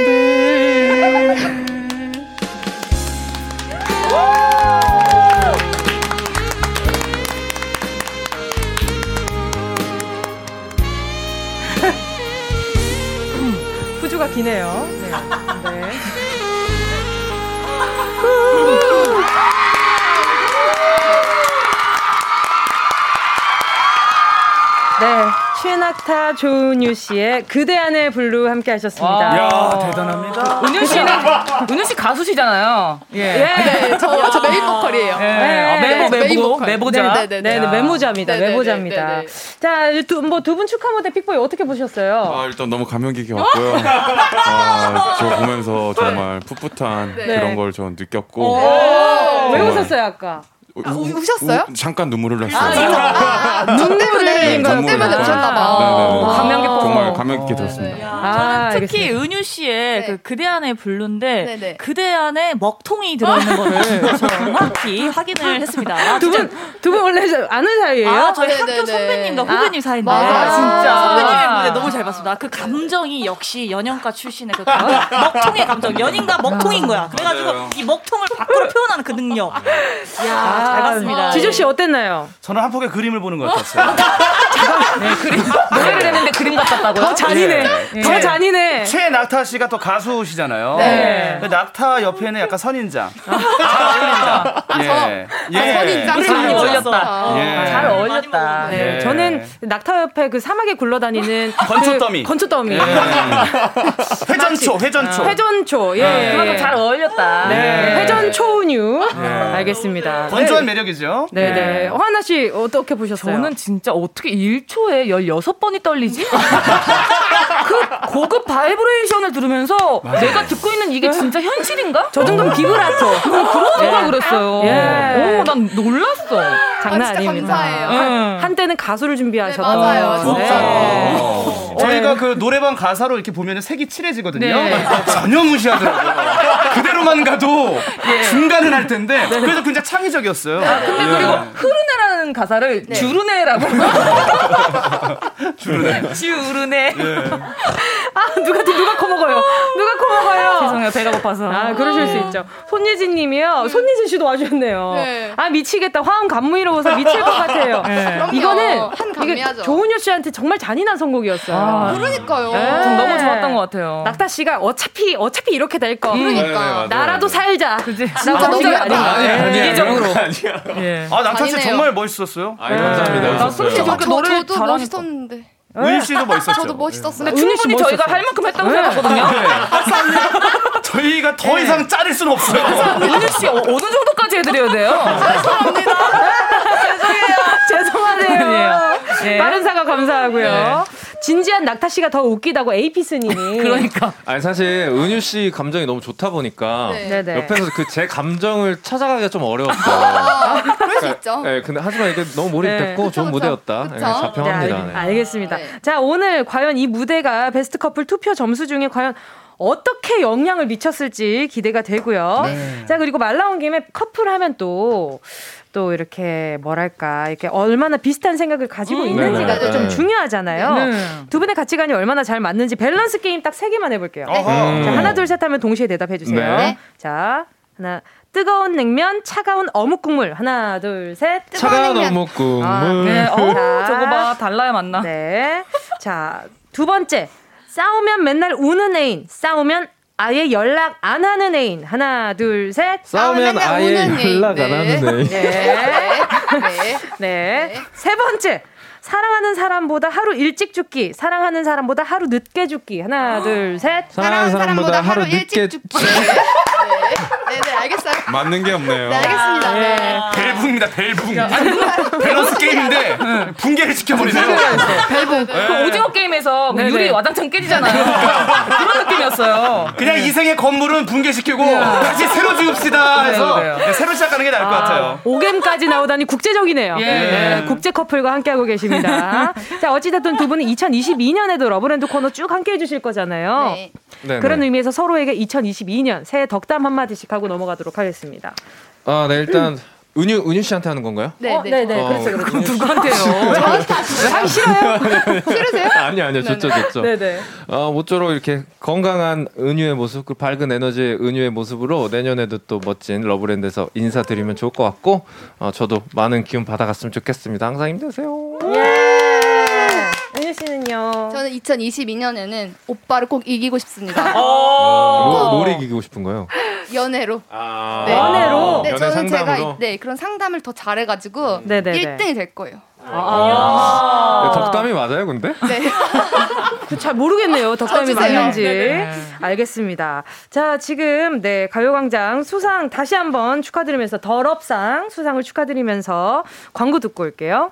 S1: 후주가 기네요. 네. 네. 네, 최낙타 조은유 씨의 그대 안에 블루 함께 하셨습니다.
S5: 아, 야,
S8: 대단합니다.
S5: 은유 씨는
S7: 아.
S5: 은유 씨 가수시잖아요. 예.
S7: 네, 저, 저 메인 보컬이에요.
S5: 예. 아,
S1: 네,
S5: 메모
S7: 메인
S5: 메모
S7: 보컬.
S5: 메모자.
S7: 네, 네,
S1: 네, 네, 메모자입니다.
S7: 네네네,
S1: 메모자입니다.
S7: 네네.
S1: 자, 두, 뭐, 두 분 축하 무대 픽보이 어떻게 보셨어요?
S6: 아, 일단 너무 감명 깊게 봤고요. 아, 저 보면서 정말 풋풋한
S7: 네. 어.
S6: 그런 걸 저 느꼈고.
S1: 왜
S6: 정말.
S1: 웃었어요, 아까?
S7: 아, 우- 우셨어요?
S6: 우- 잠깐 눈물을 흘렸어요. 네,
S4: 아, 이거.
S7: 아, 아, 저 때문에
S6: 흘린
S7: 저
S6: 거구나.
S7: 때문에 오셨나 아. 네, 봐.
S6: 네네네.
S5: 감명 깊어서.
S6: 정말 감명 깊게 들었습니다.
S4: 야,
S1: 아,
S4: 저는 특히
S1: 알겠습니다.
S4: 은유 씨의
S7: 네.
S4: 그 그대 안의 블루인데
S7: 네네.
S4: 그대 안에 먹통이 들어있는 거를
S5: 그렇죠.
S4: 정확히 확인을 했습니다.
S1: 두 분, 두 분 원래 저- 아는 사이예요
S4: 네, 아, 저희
S7: 네네네.
S4: 학교 선배님과 후배님 사이인데.
S7: 맞아,
S4: 아,
S7: 진짜.
S4: 선배님의 무대 너무 잘 봤습니다. 그 감정이 역시 연연과 출신의 그 감- 먹통의 감정. 연인과 먹통인 거야. 그래가지고
S6: 맞아요.
S4: 이 먹통을 밖으로 표현하는 그 능력.
S5: 아,
S4: 이야, 잘 봤습니다.
S1: 아, 음. 지조 씨 어땠나요?
S3: 저는 한 폭의 그림을 보는 것 같았어요.
S5: 노래를 했는데 그림 같았다고요?
S1: 더 잔인해. 네. 더 잔인해.
S3: 네. 최낙타 씨가 또 가수시잖아요.
S7: 네.
S3: 그 낙타 옆에는 약간 선인장. 잘 어울린다. 예. 예.
S7: 아, 선인장.
S5: 우리 많이
S7: 올렸다.
S3: 예.
S5: 잘 어울렸다.
S1: 네,
S3: 네.
S1: 저는 낙타 옆에 그 사막에 굴러다니는
S3: 건초 더미.
S1: 그, 건초 더미.
S3: 회전초, 회전초.
S1: 회전초. 예.
S4: 아,
S5: 그만큼 잘 어울렸다.
S1: 네. 회전초우뉴. 알겠습니다.
S3: 건조한 매력이죠. 예.
S1: 네, 네. 화나 씨 어떻게 보셨어요?
S5: 저는 진짜 어떻게 1초에 16번이 떨리지? 그 고급 바이브레이션을 들으면서 내가 듣고 있는 이게 진짜 현실인가?
S1: 네. 저 정도면 비브라토.
S5: 그런 생각 그랬어요.
S1: 예.
S5: 오, 난 놀랐어.
S7: 아,
S1: 장난
S7: 진짜
S1: 아닙니다.
S7: 감사해요.
S1: 한- 한때는 가수를 준비하셨던.
S7: 네, 맞아요. 진짜로.
S3: 저희가 그 노래방 가사로 이렇게 보면 색이 칠해지거든요.
S5: 네.
S3: 전혀 무시하더라고요. 그대로만 가도 중간은 할 텐데. 그래서 굉장히 창의적이었어요.
S5: 근데 그리고 흐르네라는 가사를 주르네라고. 주르네. 주르네.
S1: 아, 누가, 누가 커먹어요? 누가 커먹어요?
S5: 죄송해요, 배가 고파서.
S1: 아, 그러실 수 있죠. 손예진 님이요. 손예진 씨도 와주셨네요.
S7: 음. 네.
S1: 아, 미치겠다. 화음 감미로워서 미칠 것 같아요.
S7: 그럼요.
S1: 이거는
S7: 한
S1: 이게
S7: 감미하죠.
S1: 조은효 씨한테 정말 잔인한 선곡이었어요.
S7: 아, 그러니까요.
S1: 네.
S5: 전 너무 좋았던 것 같아요. 음.
S1: 낙타 씨가 어차피 어차피 이렇게 될 거.
S6: 네,
S7: 그러니까.
S9: 네.
S1: 나라도 살자.
S5: 그지?
S7: 진짜 너무
S1: 아닌가?
S7: 예쁘다.
S1: 아닌가? 예.
S5: 이기적으로.
S3: 네. 아, 낙타 씨
S7: 잔인해요.
S3: 정말 멋있었어요. 네.
S9: 아, 감사합니다.
S5: 나
S9: 오셨어요.
S5: 소름 끼쳐.
S7: 아,
S5: 저렇게
S7: 저,
S5: 노래를
S7: 저도
S5: 잘하니까.
S7: 멋있었는데.
S3: 우유 씨도 멋있었죠.
S9: 그렇죠.
S7: 저도 멋있었어요.
S1: 근데
S7: 음,
S1: 충분히
S5: 충분히 저희가 할 만큼 했다고 생각하거든요.
S3: 네. 저희가 더 이상 자를 순 없어요.
S5: 은유 씨 어, 어느 정도까지 해드려야 돼요?
S1: 죄송하네요.
S5: 예.
S1: 빠른 사과 감사하고요. 진지한 낙타 씨가 더 웃기다고 에이피스님이.
S5: 네. 그러니까.
S9: 아니 사실 은유 씨 감정이 너무 좋다 보니까
S7: 네.
S1: 네네.
S9: 옆에서 그 제 감정을 찾아가기가 좀 어려웠어요.
S7: 그럴 수 있죠. 네.
S9: 네, 근데 하지만 이게 너무 몰입됐고
S7: 그쵸,
S9: 좋은
S7: 그쵸.
S9: 무대였다.
S7: 그쵸.
S9: 네,
S1: 네,
S9: 자평합니다. 네.
S1: 알, 겠습니다
S7: 네.
S1: 자, 오늘 과연 이 무대가 베스트 커플 투표 점수 중에 과연 어떻게 영향을 미쳤을지 기대가 되고요.
S9: 네.
S1: 자, 그리고 말 나온 김에 커플 하면 또, 또 이렇게 뭐랄까, 이렇게 얼마나 비슷한 생각을 가지고 있는지가
S9: 네네.
S1: 또 좀
S9: 네.
S1: 중요하잖아요.
S5: 네.
S1: 두 분의 가치관이 얼마나 잘 맞는지 밸런스 게임 딱 세 개만 해볼게요.
S9: 음.
S1: 자, 하나, 둘, 셋 하면 동시에 대답해 주세요.
S9: 네.
S7: 네.
S1: 자, 하나, 뜨거운 냉면, 차가운 어묵 국물. 하나, 둘, 셋.
S9: 차가운
S7: 냉면.
S9: 어묵 국물.
S1: 아,
S5: 네, 어우,
S1: 자.
S5: 저거 봐. 달라야
S4: 아.
S5: 만나.
S1: 네. 자, 두 번째. 싸우면 맨날 우는 애인. 싸우면 아예 연락 안 하는 애인. 하나, 둘, 셋.
S9: 싸우면
S7: 싸우면
S9: 아예
S7: 우는 애인.
S9: 연락 안
S7: 네.
S9: 하는 애.
S1: 네.
S7: 네.
S1: 네. 세 번째. 사랑하는 사람보다 하루 일찍 죽기. 사랑하는 사람보다 하루 늦게 죽기. 하나, 둘, 셋.
S9: 사랑하는 사람보다 하루 늦게
S7: 죽- 네. 네. 네, 알겠어요.
S6: 맞는 게 없네요.
S7: 네, 알겠습니다. 네.
S3: 벨붕입니다, 벨붕. 밸런스 게임인데 네. 붕괴를 시켜버리네요.
S5: 그 오징어 게임에서 그
S1: 네,
S5: 유리
S1: 네.
S5: 와장창 깨지잖아요. 그런 느낌이었어요.
S3: 그냥 이생의 건물은 붕괴시키고 다시 새로 지읍시다 해서
S5: 그래요,
S3: 네, 새로 시작하는 게 나을 것 같아요.
S1: 5겜까지 나오다니 국제적이네요.
S5: 예.
S1: 네, 국제 커플과 함께하고 계십니다. 자, 어찌됐든 두 분은 2022년에도 러브랜드 코너 쭉 함께해 주실 거잖아요.
S7: 네.
S9: 네,
S1: 그런
S9: 네.
S1: 의미에서 서로에게 2022년 새해 덕담 한마디씩 하고 넘어가도록 하겠습니다.
S9: 아, 네 일단 은유 은유 씨한테 하는 건가요?
S7: 네. 네.
S1: 네.
S9: 어,
S1: 그렇죠, 그렇죠.
S5: 누구한테요?
S1: 하기 싫어요?
S7: 싫으세요?
S9: 아니 아니요 좋죠 좋죠.
S1: 네네.
S9: 아, 모쪼록 이렇게 건강한 은유의 모습, 그 밝은 에너지의 은유의 모습으로 내년에도 또 멋진 러브랜드에서 인사드리면 좋을 것 같고, 어, 저도 많은 기운 받아갔으면 좋겠습니다. 항상 힘내세요.
S1: 은유 씨는요?
S7: 저는 2022년에는 오빠를 꼭 이기고 싶습니다.
S9: 뭐, 뭘 이기고 싶은 거예요?
S7: 연애로. 네.
S1: 연애로?
S7: 네,
S9: 어, 연애
S7: 저는
S9: 상담으로?
S7: 제가 네, 그런 상담을 더 잘해가지고
S1: 네, 네, 네.
S7: 1등이 될 거예요.
S1: 아,
S9: 덕담이 네, 맞아요, 근데?
S7: 네.
S1: 그 잘 모르겠네요. 덕담이
S7: 쳐주세요. 네,
S1: 맞는지. 알겠습니다. 자, 지금 네 가요광장 수상 다시 한번 축하드리면서 더럽상 수상을 축하드리면서 광고 듣고 올게요.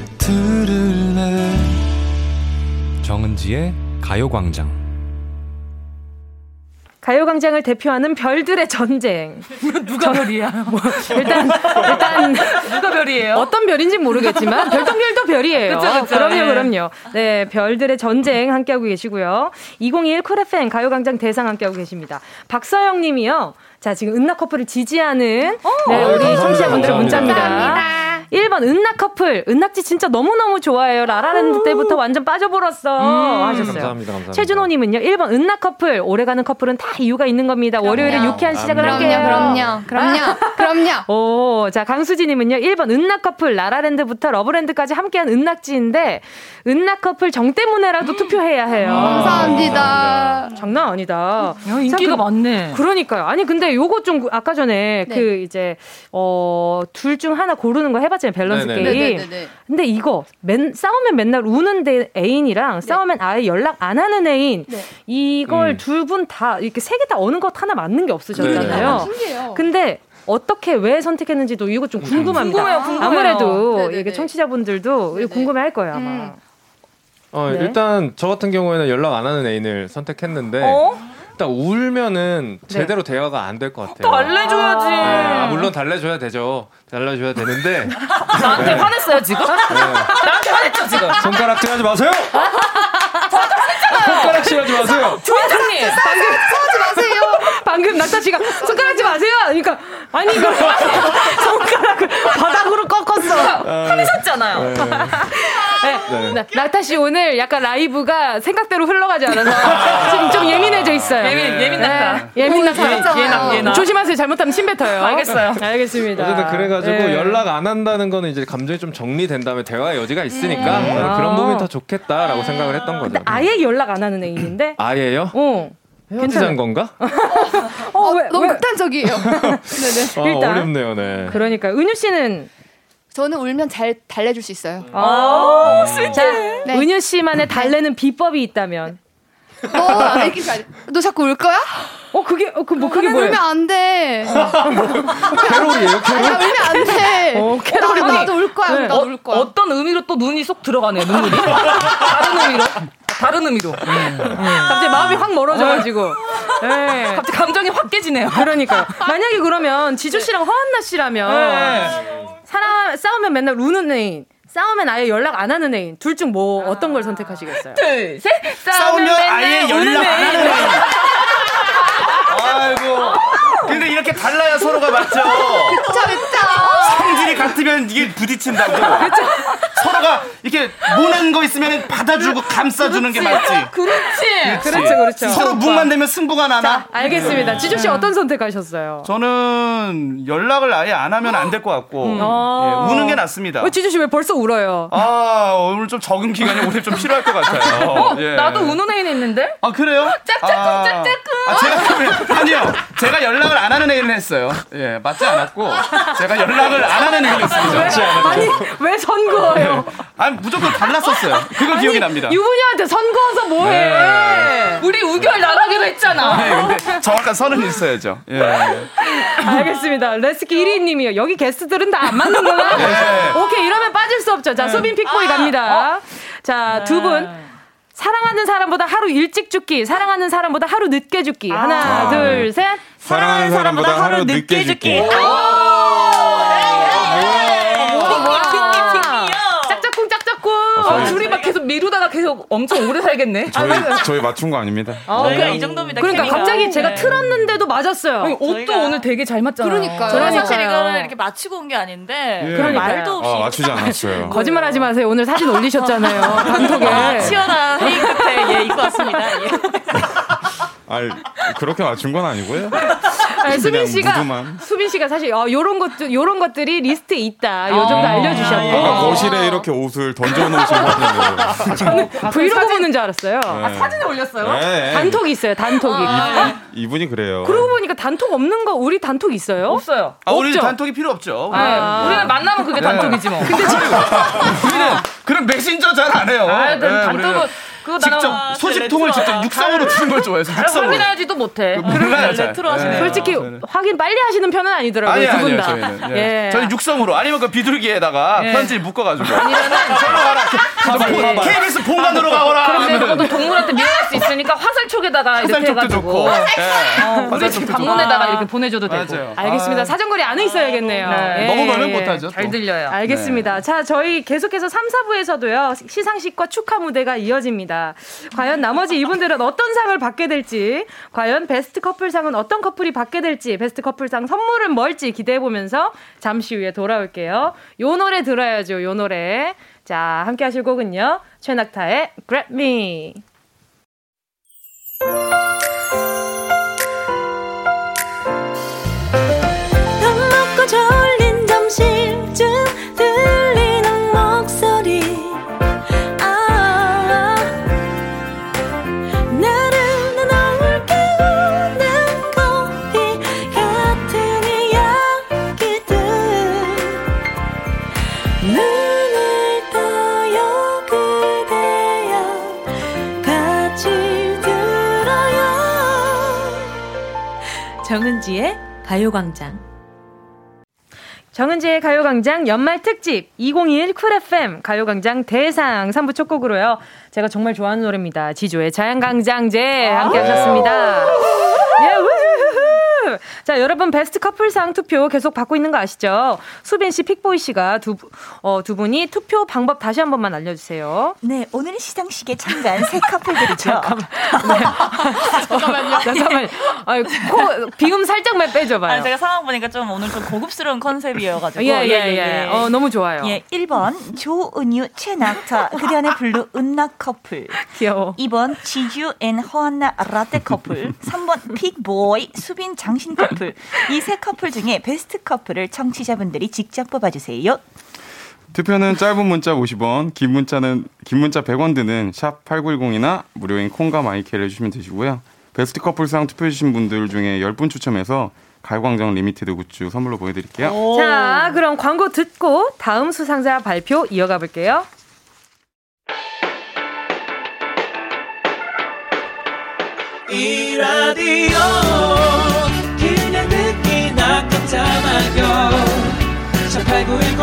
S10: 들을래
S11: 정은지의 가요광장.
S1: 가요광장을 대표하는 별들의 전쟁.
S5: 누가 별이야?
S1: 일단 일단
S5: 누가 별이에요?
S1: 어떤 별인지 모르겠지만 별똥별도 별이에요.
S5: 그쵸, 그쵸.
S1: 럼요
S5: 네.
S1: 그럼요. 네, 별들의 전쟁 함께하고 계시고요. 2021 쿨FM 가요광장 대상 함께하고 계십니다. 박서영 님이요. 자, 지금 은나 커플을 지지하는 네, 우리
S2: 감사합니다.
S1: 청취자분들 문자입니다.
S2: 감사합니다.
S1: 1번 은낙 커플. 은낙지 진짜 너무너무 좋아해요. 라라랜드 때부터 완전 빠져버렸어.
S9: 음.
S1: 하셨어요.
S9: 감사합니다, 감사합니다.
S1: 최준호님은요. 1번 은낙 커플. 오래가는 커플은 다 이유가 있는 겁니다. 월요일에 유쾌한 시작을
S7: 그럼요,
S1: 할게요. 아,
S7: 그럼요, 그럼요,
S1: 그럼요. 오, 자, 강수진님은요. 1번 은낙 커플, 라라랜드부터 러브랜드까지 함께한 은낙지인데, 은낙 커플 정
S5: 음.
S1: 때문에라도 투표해야 해요.
S7: 감사합니다.
S1: 장난 아니다.
S5: 아. 인기가
S1: 그
S5: 많네.
S1: 그러니까요. 아니, 근데 요거 좀 아까 전에
S5: 네.
S1: 그 이제, 어, 둘 중 하나 고르는 거 해봤잖아요. 밸런스
S5: 네네네.
S1: 게임.
S5: 네네네네.
S1: 근데 이거, 맨, 싸우면 맨날 우는 데 애인이랑
S5: 네.
S1: 싸우면 아예 연락 안 하는 애인, 이걸
S5: 음.
S1: 두 분 다 이렇게 세 개 다 어느 것 하나 맞는 게 없으셨잖아요. 그,
S5: 네네. 신기해요.
S1: 어. 근데 어떻게 왜 선택했는지도 이거 좀 궁금합니다.
S5: 궁금해요, 궁금해요.
S1: 아무래도 이게 청취자분들도 이거 궁금해할 거예요 아마.
S5: 음.
S9: 어,
S1: 네.
S9: 일단 저 같은 경우에는 연락 안 하는 애인을 선택했는데
S1: 어?
S9: 일단 울면은
S1: 네.
S9: 제대로 대화가 안 될 것 같아요.
S5: 달래줘야지.
S9: 네, 아, 물론 달래줘야 되죠. 달래줘야 되는데
S5: 나한테 화냈어요 지금? 나한테 화냈죠 지금?
S9: 손가락질 하지 마세요.
S3: 아,
S9: 손가락질 하지 마세요.
S5: 조현정님 방금
S1: 싸우지 마세요. 방금 낙타 씨가 손가락지 마세요. 그러니까 아니 이거 손가락을 바닥으로 꺾었어.
S5: 화내셨잖아요.
S1: 네. 나- 낙타 씨 오늘 약간 라이브가 생각대로 흘러가지 않아서 지금 좀 예민해져 있어요. 네.
S5: 예민- 예민 낙타.
S1: 예민
S5: 오,
S1: 낙타. 어,
S5: 예- 예나, 예나.
S1: 조심하세요. 잘못하면 신 뱉어요. 네,
S5: 알겠어요.
S1: 알겠습니다.
S9: 어쨌든 그래가지고
S1: 예.
S9: 연락 안 한다는 거는 이제 감정이 좀 정리된 다음에 대화의 여지가 있으니까
S1: 음.
S9: 네,
S1: 아.
S9: 그런 부분이 더 좋겠다라고 생각을 했던 거죠.
S1: 아예 연락 안 하는 애인인데.
S9: 아예요?
S1: 어.
S9: 헤어지자는 건가?
S1: 어, 왜,
S7: 너무 극단적이에요.
S9: 아,
S7: 네네.
S9: 어렵네요, 네.
S1: 그러니까 은유 씨는
S7: 저는 울면 잘 달래줄 수 있어요.
S1: 아,
S7: 쓸데.
S1: 자, 은유 씨만의 달래는 비법이 있다면.
S7: 너 애기 아, 잘. 너 자꾸 울 거야?
S1: 어 그게 어, 그 뭐 그게
S7: 그러면
S1: 뭐예요?
S7: 울면 안 돼.
S9: 캐롤이에요, 캐롤?
S7: 아니야, 울면 안 돼.
S1: 어,
S7: 나- 나도 울 거야.
S1: 네.
S7: 나도 울 거야.
S5: 어, 떤 의미로 또 눈이 쏙 들어가네요, 눈물이. 다른 의미로. 다른 의미로.
S1: 갑자기 마음이 확 멀어져가지고. 네.
S5: 갑자기 감정이 확 깨지네요.
S1: 그러니까요. 만약에 그러면 지조 씨랑 허한나 씨라면 사람 싸우면 맨날 우는 애인, 싸우면 아예 연락 안 하는 애인 둘 중 뭐 어떤 걸 선택하시겠어요?
S5: 둘, 셋.
S3: 싸우면
S1: 맨날
S3: 아예
S1: 우는
S3: 연락 안
S1: 애인.
S3: 하는 애인. 아이고. 근데 이렇게 달라야 서로가 맞죠.
S7: 그쵸, 그쵸.
S3: 성질이 같으면 이게 부딪힌다고. 서로가 이렇게 모는 거 있으면 받아주고 감싸주는 게 맞지.
S5: 그렇지.
S1: 그렇죠, 그렇죠. 아,
S3: 서로 뭐 묵만 되면 승부가 나나.
S1: 알겠습니다. 지조 씨 어떤 선택하셨어요?
S3: 저는 연락을 아예 안 하면 안 될 것 같고
S1: 어.
S3: 예, 우는 게 낫습니다.
S1: 왜 지조 씨 왜 벌써 울어요?
S3: 아 오늘 좀 적응 기간이 오늘 좀 필요할 것 같아요. 예.
S5: 나도 우는 애인 있는데?
S3: 아 그래요? 짝짝꿍 짝짝꿍. 아, 제가 그러면- 아니요. 제가 연락을 안 하는 애인을 했어요. 예 맞지 않았고 제가 연락을 안 하는 애인을 했습니다.
S1: 아니 왜 선거예요?
S3: 아니 무조건 달랐었어요. 그거 기억이 납니다.
S1: 유부녀한테 선거해서 뭐해?
S3: 네.
S5: 우리 우결 나가기로 했잖아.
S3: 네, 근데 정확한 선은 있어야죠. 예.
S1: 아, 알겠습니다. 레스키 1위님이요. 여기 게스트들은 다 안 맞는구나. 오케이, 이러면 빠질 수 없죠. 자, 소빈
S5: 아,
S1: 픽보이 갑니다.
S5: 어? 네.
S1: 자, 두 분. 사랑하는 사람보다 하루 일찍 죽기, 사랑하는 사람보다 하루 늦게 죽기. 하나,
S6: 아,
S1: 둘,
S6: 네.
S1: 셋.
S6: 사랑하는 사람보다 하루 늦게 아. 죽기. 네.
S4: 어,
S1: 짝짝꿍, 짝짝꿍.
S5: 아, 둘이 막 계속 미루다가 계속 엄청 오래 살겠네.
S6: 저희 저희 맞춘 거 아, 아닙니다.
S1: 어,
S5: 저희가
S4: 네.
S1: 그럼-
S5: 이 정도입니다,
S1: 그러니까
S5: 케미가.
S1: 갑자기 제가
S5: 네.
S1: 틀었는데도 맞았어요.
S5: 아니, 옷도 오늘 되게 잘 맞잖아요.
S7: 그러니까요.
S5: 저는 사실
S1: 그러니까요.
S4: 이거를 이렇게 맞추고 온 게 아닌데
S6: 예.
S1: 그러니까요.
S4: 말도 없이
S6: 아, 맞추지 않았어요.
S1: 거짓말 하지 마세요. 오늘 사진 올리셨잖아요. 단톡에.
S4: 아, 치열한 회의 끝에 예 입고 왔습니다. 예.
S6: 아 그렇게 맞춘 건 아니고요.
S1: 아니, 수빈
S6: 그냥
S1: 씨가
S6: 무드만.
S1: 수빈 씨가 사실 어, 요런 것들 요런 것들이 리스트에 있다. 요 정도
S6: 아,
S1: 알려주셨고
S6: 아, 거실에 이렇게 옷을 던져놓으신 사진이에요.
S1: 저는 브이로그 보는 줄 알았어요.
S6: 아, 사진을
S1: 올렸어요?
S6: 네.
S1: 단톡이 있어요. 단톡이. 아,
S6: 이분이 그래요.
S1: 그러고 보니까 단톡 없는 거 우리 단톡 있어요? 없어요.
S3: 아, 우리 단톡이 필요 없죠.
S1: 아. 우리는
S5: 만나면 그게
S3: 네.
S5: 단톡이지 뭐.
S3: 근데 지금 우리는 그런 메신저 잘 안 해요. 예, 네,
S5: 아, 그럼 단톡은
S3: 우리는
S5: 그거 나눠.
S3: 직접 소식통을 직접 육성으로 주는 걸 좋아해서 육성으로.
S1: 확인하지도 못해.
S3: 몰라요, 잘. 그, 네.
S1: 솔직히 확인 빨리 하시는 편은 아니더라고요.
S3: 아니
S1: 두분
S3: 아니요
S1: 다.
S3: 저희는 예. 저는 육성으로 아니면 그 비둘기에다가
S1: 예.
S3: 편지를 묶어가지고
S5: 아니면은
S3: 절로 가라 저 본- KBS 본관으로 가거라
S5: 그런데
S3: 하면은.
S5: 그것도 동물한테 미안할 수 있으니까 화살 쪽에다가 이렇게
S3: 화살촉도
S5: 해가지고
S3: 좋고
S5: 어, 우리 집 방문에다가 이렇게 보내줘도
S3: 맞아요.
S5: 되고.
S1: 알겠습니다. 사정거리 안에 있어야겠네요.
S5: 네.
S1: 예,
S5: 너무 멀면
S1: 예.
S5: 못하죠, 또. 잘 들려요.
S3: 네.
S1: 알겠습니다. 자, 저희 계속해서 3, 4부에서도요. 시상식과 축하 무대가 이어집니다. 과연 나머지 이분들은 어떤 상을 받게 될지, 과연 베스트 커플상은 어떤 커플이 받게 될지, 베스트 커플상 선물은 뭘지 기대해 보면서 잠시 후에 돌아올게요. 요 노래 들어야죠. 요 노래. 자, 함께 하실 곡은요. 최낙타의 Grab Me.
S11: 밥 먹고 졸린 점심쯤 들리는 목소리 아 나른한 너울 깨우는 커피 같은 이야기들 눈을 떠요 그대여 같이 들어요 정은지의 가요광장
S1: 정은지의 가요광장 연말 특집 2021 쿨FM 가요광장 대상 3부 첫 곡으로요. 제가 정말 좋아하는 노래입니다. 지조의 자연광장제 함께 하셨습니다. 예, 우후후. 자, 여러분 베스트 커플상 투표 계속 받고 있는 거 아시죠? 수빈 씨, 픽보이 씨가 두, 분- 어, 두 분이 투표 방법 다시 한 번만 알려주세요.
S12: 네, 오늘 시상식에 참가한 세 커플들이죠.
S1: 잠깐만요. 잠깐만. 아이, 코, 비음 살짝만 빼줘봐요.
S4: 아, 제가 상황 보니까 좀 오늘 좀 고급스러운 컨셉이어가지고.
S1: 예, 예, 예. 어, 너무 좋아요.
S4: 예, 1번 조은유, 최낙타, 그대 안의 블루, 은나 커플.
S1: 귀여워.
S4: 2번 지주 앤 허한나 라떼 커플. 3번 픽보이, 수빈 장신 커플. 이 세 커플 중에 베스트 커플을 청취자분들이 직접 뽑아주세요.
S6: 투표는 짧은 문자 50원, 긴 문자는 긴 문자 100원 드는 샵 8910이나 무료인 콩과 마이크를 해주시면 되시고요. 베스트 커플상 투표해주신 분들 중에 10분 추첨해서 가요광장 리미티드 굿즈 선물로 보내드릴게요.
S1: 자, 그럼 광고 듣고 다음 수상자 발표 이어가 볼게요.
S10: 이 라디오 그냥 듣기나 깜짝마요 18910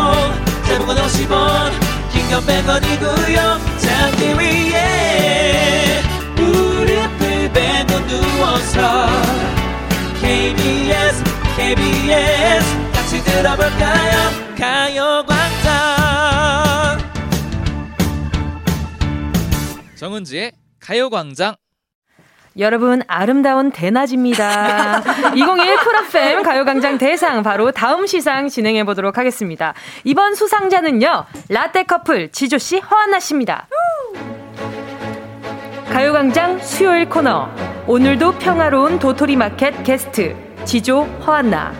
S10: 대목원 50원 긴건 100원이고요 잠기 위에 무릎을 베고 누워서 KBS KBS 같이 들어볼까요 가요광장
S9: 그-
S10: 정은지의 가요광장
S1: 여러분 아름다운 대낮입니다. 2021 쿨FM 가요광장 대상 바로 다음 시상 진행해 보도록 하겠습니다. 이번 수상자는요 라떼 커플 지조 씨 허한나 씨입니다. 가요광장 수요일 코너 오늘도 평화로운 도토리 마켓 게스트 지조 허한나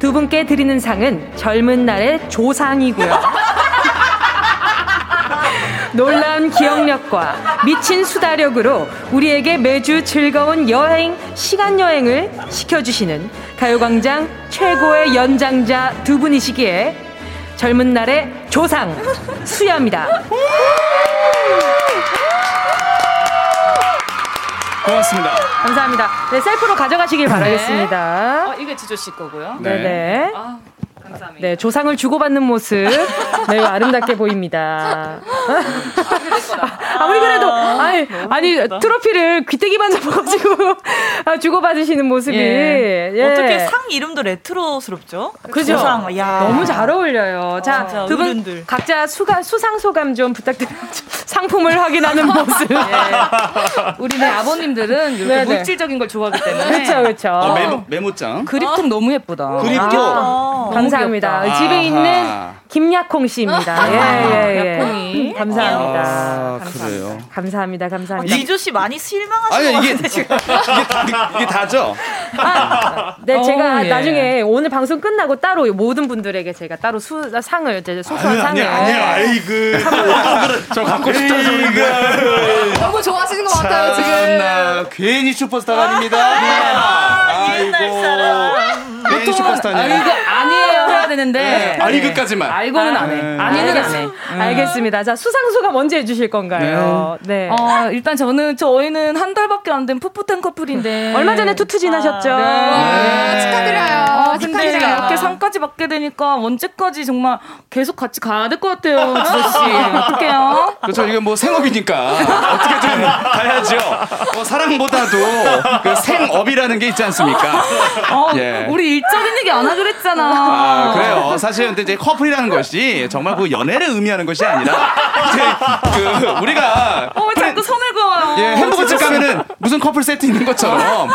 S1: 두 분께 드리는 상은 젊은 날의 조상이고요. 놀라운 기억력과 미친 수다력으로 우리에게 매주 즐거운 여행, 시간 여행을 시켜주시는 가요광장 최고의 연장자 두 분이시기에 젊은 날의 조상 수야입니다.
S3: 고맙습니다.
S1: 감사합니다. 네, 셀프로 가져가시길 바라겠습니다.
S5: 어, 이게 지조 씨 거고요.
S1: 네. 네네.
S5: 아,
S1: 네, 조상을 주고받는 모습 매우 아름답게 보입니다. 아무리 그래도 아니, 아니 트로피를 귀때기만 잡아가지고 아, 주고받으시는 모습이
S4: 예.
S1: 예.
S4: 어떻게 상 이름도 레트로스럽죠?
S1: 그죠?
S4: 조상, 야.
S1: 너무 잘
S5: 아,
S1: 어울려요.
S4: 진짜
S1: 자, 두 분
S4: 어른들.
S1: 각자 수가 수상 소감 좀 부탁드립니다. 상품을 확인하는 모습.
S5: 예. 우리네 아버님들은 이렇게
S1: 네네.
S5: 물질적인 걸 좋아하기 때문에.
S1: 그렇죠, 그렇죠.
S3: 어, 메모, 메모장.
S5: 그립통 너무 예쁘다.
S3: 그립통.
S5: 아,
S3: 너무
S4: 어,
S5: 감사합니다.
S1: 감사합니다.
S5: 귀엽다.
S1: 집에
S5: 아하.
S1: 있는 김약콩 씨입니다. 예, 예, 예.
S4: 약콩이.
S1: 음, 감사합니다.
S3: 아, 그래요.
S1: 감사합니다. 감사합니다.
S4: 이조 씨 많이 실망하신
S3: 아니
S4: 것
S3: 이게 이게,
S4: 같은데 지금.
S3: 이게 다죠?
S1: 네, 제가
S3: 어, 예.
S1: 나중에 오늘 방송 끝나고 따로 모든 분들에게 제가 따로 수, 상을 이제 소소한 상을
S3: 아이그 저 갖고 싶다는 소리가
S7: 너무 좋아하시는 것 같아요 지금.
S3: 참나 괜히 슈퍼스타가
S1: 어,
S3: 아닙니다. 아이고 괜히
S5: 아니,
S3: 슈퍼스타냐?
S5: 이거 아니에요 해야
S1: 네.
S5: 되는데.
S3: 아니 그까지만
S5: 알고는 안 해. 아니는 안 해.
S1: 음. 알겠습니다. 자, 수상소가 먼저 해주실 건가요? 네.
S5: 어, 일단 저는 저희는 한 달밖에 안 된 풋풋한 커플인데 아,
S1: 얼마 전에 투투 지나셨죠? 어,
S5: 네.
S1: 축하드려요.
S5: 아, 근데
S1: 축하드려요.
S5: 이렇게 상까지 받게 되니까 언제까지 정말 계속 같이 가야 될 것 같아요, 지조 씨. 어떡해요?
S3: 그렇죠. 이게 뭐 생업이니까 어떻게든 가야죠. 뭐 사랑보다도 그 생업이라는 게 있지 않습니까?
S5: 어,
S3: 예.
S5: 우리 일적인 얘기 안 하기로 했잖아.
S3: 아, 그래요. 사실 근데 이제 커플이라는 것이 정말 그 연애를 의미하는 것이 아니라 이제 그 우리가
S5: 어, 왜 자꾸 손을 그어요?
S3: 예, 햄버거집 가면은 무슨 커플 세트 있는 것처럼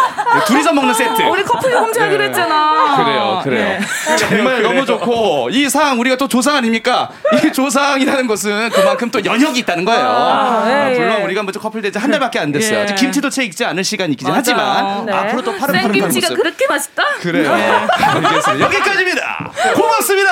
S3: 둘이서 먹는 세트.
S5: 우리 커플 요금제하기로
S3: 예.
S5: 했잖아.
S3: 그래요,
S9: 네.
S3: 그래요. 정말 너무 좋고 이 상 우리가 또 조상 아닙니까? 이 조상이라는 것은 그만큼 또 연혁이 있다는 거예요.
S5: 아, 예,
S3: 아, 물론
S5: 예.
S3: 우리가 먼저 커플 된지 한 달밖에 안 됐어요.
S5: 예.
S3: 아직 김치도 채 익지 않은 시간이긴 하지만 앞으로 또 파릇파릇한
S5: 생김치가
S3: 모습.
S5: 그렇게 맛있다?
S3: 그래요. 알겠습니다. 여기까지입니다. 고맙습니다.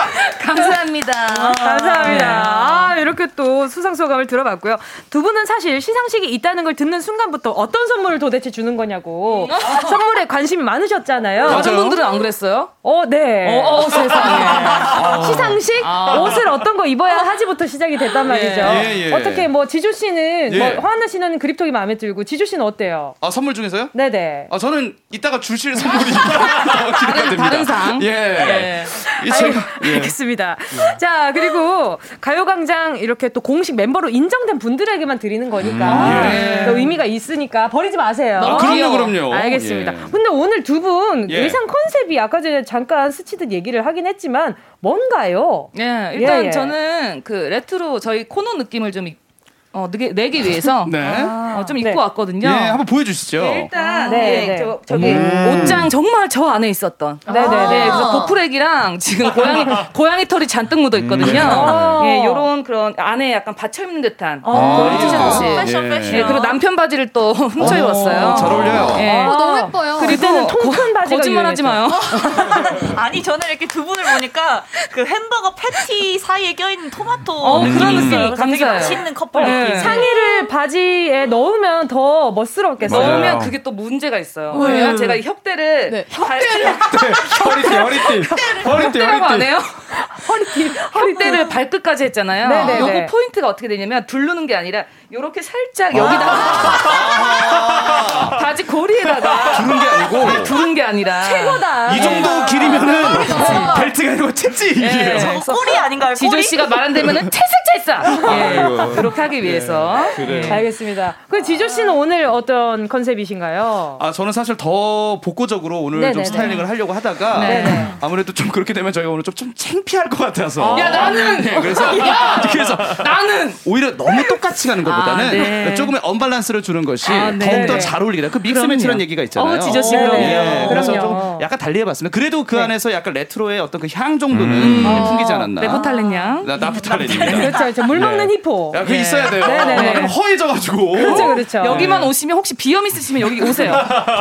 S5: 감사합니다. 네.
S1: 감사합니다. 아, 이렇게 또 수상 소감을 들어봤고요. 두 분은 사실 시상식이 있다는 걸 듣는 순간부터 어떤 선물을 도대체 주는 거냐고 아, 선물에 관심이 많으셨잖아요.
S5: 음. 여자분들은 안 그랬어요?
S1: 어, 네. 아,
S5: 어, 어, 세상에.
S1: 시상식
S5: 아.
S1: 옷을 어떤 거 입어야 하지부터 시작이 됐단 말이죠.
S3: 예, 예.
S1: 어떻게 뭐 지조 씨는
S3: 예.
S1: 뭐 화나 씨는 그립톡이 마음에 들고 지조 씨는 어때요?
S3: 아 선물 중에서요?
S1: 네네.
S3: 아 저는 이따가 주실 선물이 기대가 됩니다.
S1: 다른 상.
S3: 예. 이 제가-
S1: 알-
S3: 예.
S1: 알겠습니다. 자, 그리고 가요광장 이렇게 또 공식 멤버로 인정된 분들에게만 드리는 거니까 네,
S3: 음, 예.
S1: 또 의미가 있으니까 버리지 마세요.
S3: 아, 그럼요, 귀여워. 그럼요.
S1: 알겠습니다.
S3: 예.
S1: 근데 오늘 두 분
S5: 예.
S1: 의상 컨셉이 아까 전에 잠깐 스치듯 얘기를 하긴 했지만 뭔가요?
S5: 예, 일단
S1: 예, 예.
S5: 저는 그 레트로 저희 코너 느낌을 좀 입- 어, 느게- 내기 위해서
S3: 네.
S5: 어, 좀 입고 왔거든요.
S3: 예, 한번 보여주시죠.
S5: 네,
S4: 아,
S5: 일단
S1: 네,
S5: 예,
S1: 네.
S5: 저, 저기
S3: 어머.
S5: 옷장 정말 저 안에 있었던.
S1: 네, 네, 네.
S5: 그래서 보풀액이랑 지금 고양이 고양이 털이 잔뜩 묻어 있거든요.
S1: 음.
S5: 예, 요런 그런 안에 약간 받쳐 입는 듯한
S1: 아.
S5: 그런 티셔츠.
S1: 아,
S3: 패션, 패션.
S4: 네,
S5: 예, 그리고 남편 바지를 또 훔쳐 입었어요.
S3: 잘 어울려요.
S1: 예.
S7: 어, 너무 예뻐요.
S5: 그때는
S1: 네. 통큰 바지가
S5: 거짓말하지 마요.
S4: 아니 저는 이렇게 두 분을 보니까 그 햄버거 패티 사이에 껴있는 토마토
S5: 어, 그런
S4: 느낌이
S5: 느낌.
S4: 있어요. 그래서 되게
S5: 감사해요.
S4: 맛있는 커플
S5: 네.
S4: 느낌.
S1: 상의를 바지에 넣으면 더 멋스럽겠어요.
S5: 넣으면 그게 또 문제가 있어요.
S1: 왜요?
S5: 왜냐면 제가 이 협대를 협대를
S3: 허리띠, 허리띠. 허리띠,
S5: 협대라고 안
S3: 허리띠.
S5: 해요? 허리띠 협대를 발끝까지 했잖아요.
S1: 네네네.
S5: 요거 포인트가 어떻게 되냐면 두르는 게 아니라 요렇게 살짝 여기다가 바지 고리에다가
S3: 두른 게 아니고.
S5: 두른 게 아니라
S1: 최고다.
S3: 이
S5: 아,
S3: 정도 길이면은 벨트가 아니고 채찍 이에요.
S5: 네.
S4: 꼬리 아닌가요?
S5: 지조
S4: 꼬리?
S5: 씨가 말한다면은
S3: 아이고.
S5: 찰싹찰싹 예, 이렇게 하기 위해서
S3: 그래요.
S1: 알겠습니다. 그 지조 씨는 오늘 어떤 컨셉이신가요?
S3: 아 저는 사실 더 복고적으로 오늘
S1: 네네네.
S3: 좀 스타일링을 하려고 하다가
S1: 네네.
S3: 아무래도 좀 그렇게 되면 저희가 오늘 좀, 좀 창피할 것 같아서
S5: 야, 나는!
S3: 네, 그래서
S5: 야!
S3: 그래서
S5: 나는
S3: 오히려 너무 똑같이 가는 것보다는 그러니까
S5: 아, 네.
S3: 조금의 언밸런스를 주는 것이
S5: 아, 네.
S3: 더욱더 잘 어울리다 그 믹스매치라는
S5: 그럼요.
S3: 얘기가 있잖아요
S5: 어, 지저 씨 네. 그럼요.
S3: 예, 그래서
S1: 네, 그럼요.
S3: 좀 약간 달리해봤습니다 그래도 그 안에서 약간 레트로의 어떤 그 향 정도는
S5: 음.
S3: 풍기지 않았나
S5: 네, 뭐 레포탈렌냐?
S3: 나
S5: 네.
S3: 나프탈렌입니다
S1: 그렇죠, 그렇죠. 물 먹는 히포.
S3: 야, 그거 있어야 돼요
S1: 예. 네네네.
S3: 그럼 허해져가지고 어?
S1: 그렇죠, 그렇죠.
S5: 여기만 오시면 혹시 비염 있으시면 여기 오세요.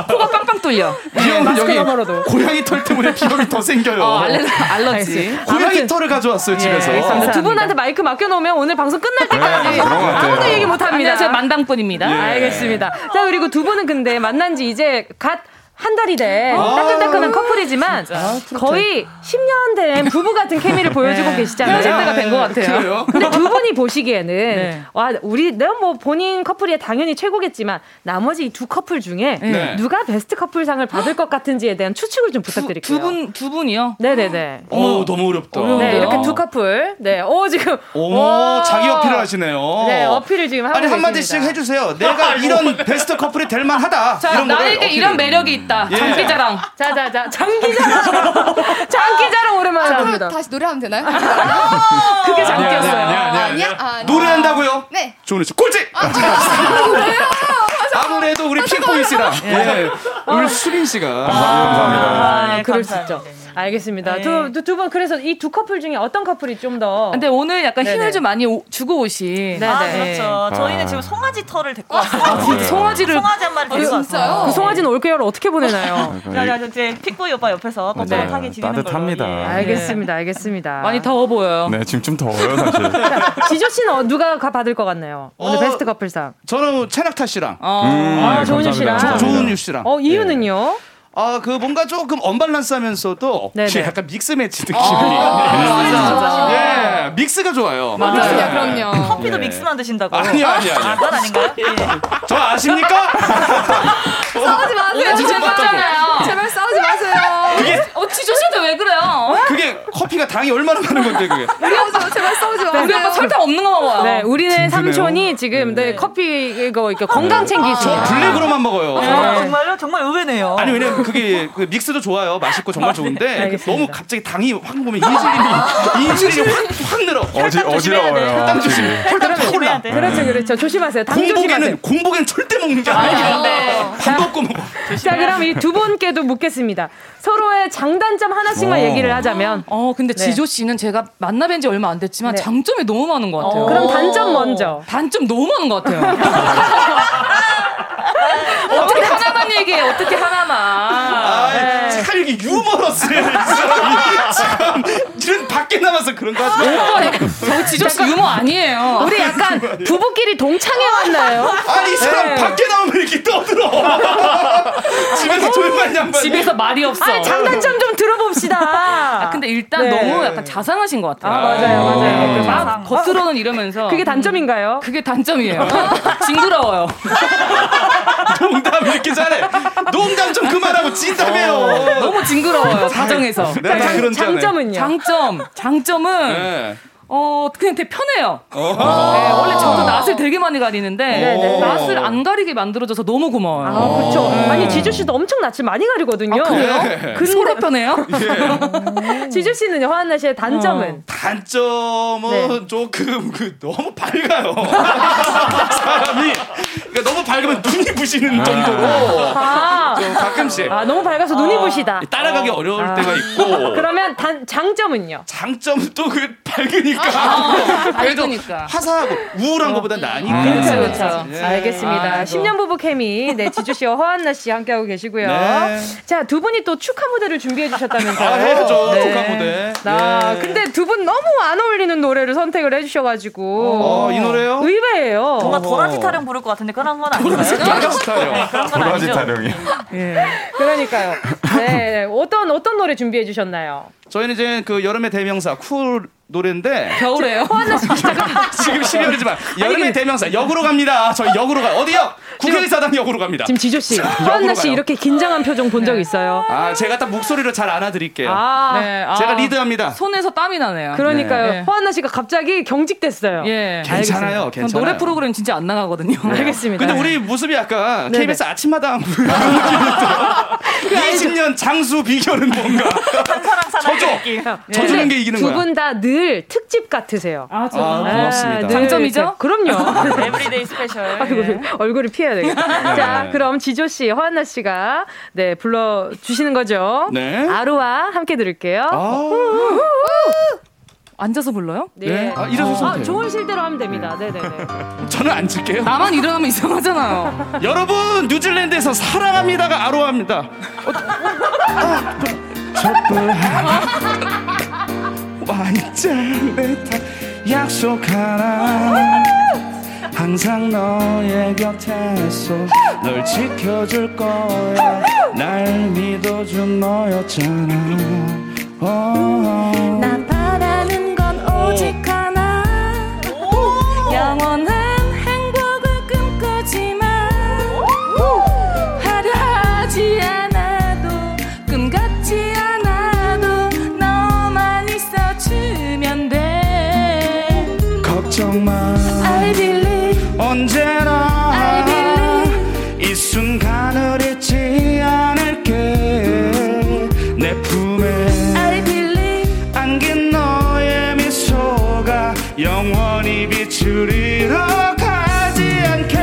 S5: 코가 빵빵 뚫려.
S3: 비염
S1: 마스크
S3: 여기
S1: 너머로도.
S3: 고양이 털 때문에 비염이 더 생겨요
S5: 어, 알레, 알러지.
S3: 고양이 털을 가져왔어요 집에서
S1: 어, 두 분한테 마이크 맡겨놓으면 오늘 방송 끝날 때까지 아무도 얘기 못합니다.
S5: 안녕하세요 만당뿐입니다.
S3: 예.
S1: 알겠습니다. 자 그리고 두 분은 근데 만난 지 이제 갓 한 달이 된 따끈따끈한 커플이지만 거의 10년 된 부부 같은 케미를 보여주고 계시잖아요.
S5: 헤어질 때가 된 것 같아요.
S3: 그래요?
S1: 근데 두 분이 보시기에는 와 우리 내가 뭐 본인 커플이 당연히 최고겠지만 나머지 이 두 커플 중에
S3: 네.
S1: 누가 베스트 커플상을 받을 것 같은지에 대한 추측을 좀 부탁드릴게요.
S5: 두 분, 두 분이요?
S1: 네네네.
S3: 어 너무 어렵다.
S1: 네,
S5: 어려운데요?
S1: 이렇게 두 커플. 네, 오 지금.
S3: 오,
S1: 와.
S3: 자기 어필을 하시네요.
S1: 네, 어필을 지금 하고
S3: 아니 한 마디씩
S1: 계십니다.
S3: 해주세요. 내가 이런 베스트 커플이 될 만하다.
S5: 자,
S3: 이런 거를
S5: 나에게
S3: 어필을.
S5: 이런 매력이 있다.
S3: 예.
S5: 장기자랑.
S1: 자, 자, 자, 장기자랑, 장기자랑 오랜만에
S7: 아, 그럼
S1: 합니다.
S7: 다시 노래하면 되나요?
S5: 그게
S3: 아니야, 네, 아니야,
S5: 장기였어요.
S3: 아니야, 아니야, 아니야.
S7: 아니야? 아, 아니야.
S1: 아,
S3: 노래한다고요?
S7: 네.
S3: 조은우 씨 꼴찌. 아무래도 우리 핑퐁이
S6: 씨랑 예, 오늘 수빈 씨가 감사합니다.
S4: 네,
S1: 아, 그럴 수 있죠. 알겠습니다. 두, 두, 두 분, 그래서 이 두 커플 중에 어떤 커플이 좀 더.
S5: 근데 오늘 약간
S1: 네네.
S5: 힘을 좀 많이 오- 주고 오신.
S1: 네,
S4: 아,
S1: 네.
S4: 그렇죠. 저희는
S1: 아.
S4: 지금 송아지 털을 데리고 왔어요. 네.
S5: 진짜 송아지를-
S4: 송아지 네. 한 마리 데리고
S5: 아,
S4: 왔어요.
S1: 그 송아지는 올겨울 어떻게 보내나요?
S4: 자, 자, 자, 이제 픽보이 오빠 옆에서 뻣뻣하게 지내는 걸로.
S6: 네,
S4: 예.
S6: 따뜻합니다.
S1: 알겠습니다, 알겠습니다.
S5: 많이 더워 보여요.
S6: 네, 지금 좀 더워요, 사실.
S1: 지조 씨는 어- 누가 가- 받을 것 같나요? 오늘
S3: 어,
S1: 베스트 커플상.
S3: 저는 최낙타 씨랑
S1: 음, 아, 네, 조은유 감사합니다. 씨랑.
S3: 조- 조은유
S1: 감사합니다.
S3: 씨랑
S1: 어, 이유는요?
S3: 아 그 뭔가 조금 언밸런스하면서도
S1: 네네.
S3: 혹시 약간 믹스 매치 느낌이
S4: 아, 믹스 매치 좋아하시네요.
S3: 예 믹스가 좋아요
S4: 맞아요.
S3: 예.
S4: 커피도
S3: 예.
S6: 네.
S4: 믹스만 드신다고.
S3: 아니요 아니요
S4: 아, 그건
S3: 아니요
S4: 아닌가요? 예.
S3: 저 아십니까?
S5: 싸우지 마세요.
S3: 오늘 진짜
S5: 제발
S3: 봤다고.
S5: 제발 싸우지 마세요.
S3: 그게-
S5: 어, 지조 씨도 왜 그래요?
S3: 그게 커피가 당이 얼마나 많은 건데 그게
S5: 우리 오빠 제발 네. 싸우지 마세요. 우리 오빠 설탕 없는 거 먹어요.
S1: 네, 우리네
S3: 든든해요.
S1: 삼촌이 지금 네, 커피 이거 이렇게 건강 챙기시네요.
S7: 아.
S3: 저 블랙으로만 먹어요
S4: 아. 정말요? 정말 의외네요.
S3: 아니 왜냐면 그게 그 믹스도 좋아요 맛있고 정말
S4: 네,
S3: 좋은데
S4: 알겠습니다.
S3: 너무 갑자기 당이 확 보면 인슐린이 인슐린이 확, 확 늘어
S6: 어지, 어지러워요. 네.
S3: 혈당 조심
S6: 지금.
S3: 혈당 조심 혈당
S5: 네.
S3: 조심
S1: 그렇죠, 그렇죠. 조심하세요. 당 조심하세요.
S3: 공복에는 공복에는 절대 먹는 게 아니에요
S4: 네.
S3: 밥 먹고 먹어
S1: 자, 그럼 이 두 분께도 묻겠습니다. 서로의 장단점 하나씩만
S5: 어.
S1: 얘기를 하자면.
S5: 어, 근데
S1: 네.
S5: 지조 씨는 제가 만나뵌 지 얼마 안 됐지만 장점이 너무 많은 것 같아요.
S1: 어. 그럼 단점 먼저.
S5: 단점 너무 많은 것 같아요. 어떻게 하나만 얘기해? 어떻게 하나만?
S3: 아, 참 이게 유머러스해. 이 사람이. 참 이런 밖에 남아서 그런 거 하지
S5: 오버해. 저 지조 씨 유머 아니에요.
S1: 우리 약간 부부끼리 동창회
S5: 아.
S1: 왔나요?
S3: 아니 이
S1: 네.
S3: 사람 밖에 나오면 이렇게 떠들어. 집에서 조용한 양반.
S5: 집에서 말이 없어.
S1: 아, 장단점 좀 들어봅시다.
S5: 아, 근데 일단
S1: 네.
S5: 너무 약간 자상하신 것 같아요.
S1: 아, 맞아요, 맞아요.
S3: 네,
S5: 음.
S1: 자상.
S5: 막 겉으로는 이러면서.
S1: 그게 단점인가요?
S5: 그게 단점이에요. 징그러워요.
S3: 농담 이렇게 잘해. 농담 좀 그만하고 진담해요.
S5: 어, 너무 징그러워요. 가정에서.
S3: 내가 다 그런 자네.
S5: 장점. 장점은
S3: 네.
S5: 어 그냥 되게 편해요.
S3: 어.
S5: 네, 원래 저도 낯을 되게 많이 가리는데 어.
S1: 네네.
S5: 낯을 안 가리게 만들어줘서 너무 고마워요.
S1: 아, 그쵸.
S3: 음.
S5: 네.
S1: 아니, 지주 씨도 엄청 낯을 많이 가리거든요.
S5: 아, 그래요?
S3: 네.
S1: 근데-
S5: 서로 편해요?
S1: 지주 씨는요, 화한나 씨의 단점은?
S3: 단점은
S5: 네.
S3: 조금 그 너무 밝아요. 사람이 그러니까 너무 밝으면 눈이 부시는 정도로
S1: 아.
S3: 좀 가끔씩
S1: 아, 너무 밝아서 눈이 부시다.
S3: 따라가기 어려울
S5: 아.
S3: 때가 있고.
S1: 그러면 단, 장점은요?
S3: 장점은 또 그 밝으니까
S5: 아,
S3: 그래도
S5: 그러니까.
S1: 밝으니까.
S3: 화사하고 우울한 것보다 나니까
S1: 그렇죠, 그렇죠.
S3: 예.
S1: 알겠습니다.
S3: 아이고.
S1: 10년 부부 케미, 네, 지주 씨와 허한나 씨 함께하고 계시고요.
S3: 네.
S1: 자, 두 분이 또 축하 무대를 준비해 주셨다면서요.
S3: 아, 해야죠. 축하 무대.
S1: 네. 나,
S3: 예.
S1: 근데 두 분 너무 안 어울리는 노래를 선택을 해주셔가지고.
S3: 어, 이 노래요?
S1: 의외예요.
S4: 뭔가 도라지 타령 부를 것 같은데 그런 건 아니에요. 도라지
S3: 타령.
S4: 그런 건
S6: 도라지
S4: 아니죠.
S6: 타령이.
S1: 그러니까요. 네, 네. 어떤, 어떤 노래 준비해 주셨나요?
S3: 저희는 이제 그 여름의 대명사 쿨 노래인데
S5: 겨울에요?
S1: 허한나 씨,
S3: 지금 12월이지만 여름의 대명사 역으로 갑니다. 저희 역으로 가. 어디 역? 국회의사당 역으로 갑니다.
S1: 지금 지조 씨,
S3: 역으로
S1: 허한나 씨
S3: 가요.
S1: 이렇게 긴장한 표정 본 적 있어요?
S3: 아 제가 딱 목소리로 잘 안아드릴게요.
S1: 아.
S5: 네, 아.
S3: 제가 리드합니다.
S5: 손에서 땀이 나네요.
S1: 그러니까요.
S5: 네.
S1: 허한나 씨가 갑자기 경직됐어요.
S5: 예.
S3: 괜찮아요,
S5: 알겠습니다.
S3: 괜찮아요.
S5: 전 노래 프로그램 진짜 안 나가거든요.
S1: 알겠습니다. 네.
S3: 근데 우리 모습이 약간
S5: 네네.
S3: KBS 아침마당 그 20년 장수 비결은 뭔가 저죠 저주는 게 이기는 거야.
S1: 네. 두분 다 늘 특집 같으세요. 아,
S3: 정말요? 고맙습니다.
S1: 늘
S3: 네. 장점이죠?
S1: 이렇게- 그럼요.
S4: 에브리데이 스페셜.
S1: 아이고, 얼굴을 피해야 되겠다.
S3: 네.
S1: 자, 그럼 지조 씨, 허한나 씨가 네 불러 주시는 거죠.
S3: 네.
S1: 아로와 함께 들을게요.
S5: 앉아서 불러요?
S1: 네.
S3: 네. 아, 일어서셔도 돼요.
S1: 좋은 실대로 하면 됩니다. 네, 네, 네.
S3: 저는 안 칠게요.
S5: 나만 일어나면 이상하잖아요.
S3: 여러분 뉴질랜드에서 사랑합니다가 아로합니다. 어, 어. 완전 내탓 약속하라 항상 너의 곁에서 널 지켜줄 거야 날 믿어준 너였잖아 어.
S7: 나 바라는 건 오직 하나 영원한 행복을 꿈꾸지만 화려하지 않아도 꿈같지 않아도 너만 있어주면 돼
S3: 걱정 마
S7: I believe
S3: 언제나
S7: I believe
S3: 이 순간을 잊지 않을게 내 품에
S7: I believe
S3: 안긴 너의 미소가 영원히 빛을 잃어가지 않게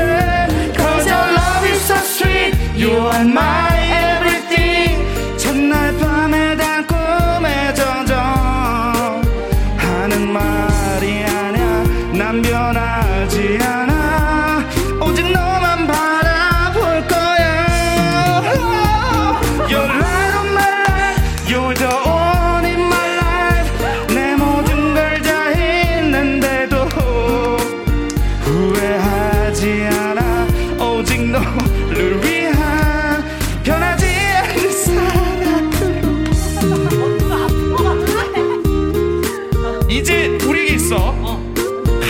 S3: Cause your love is so sweet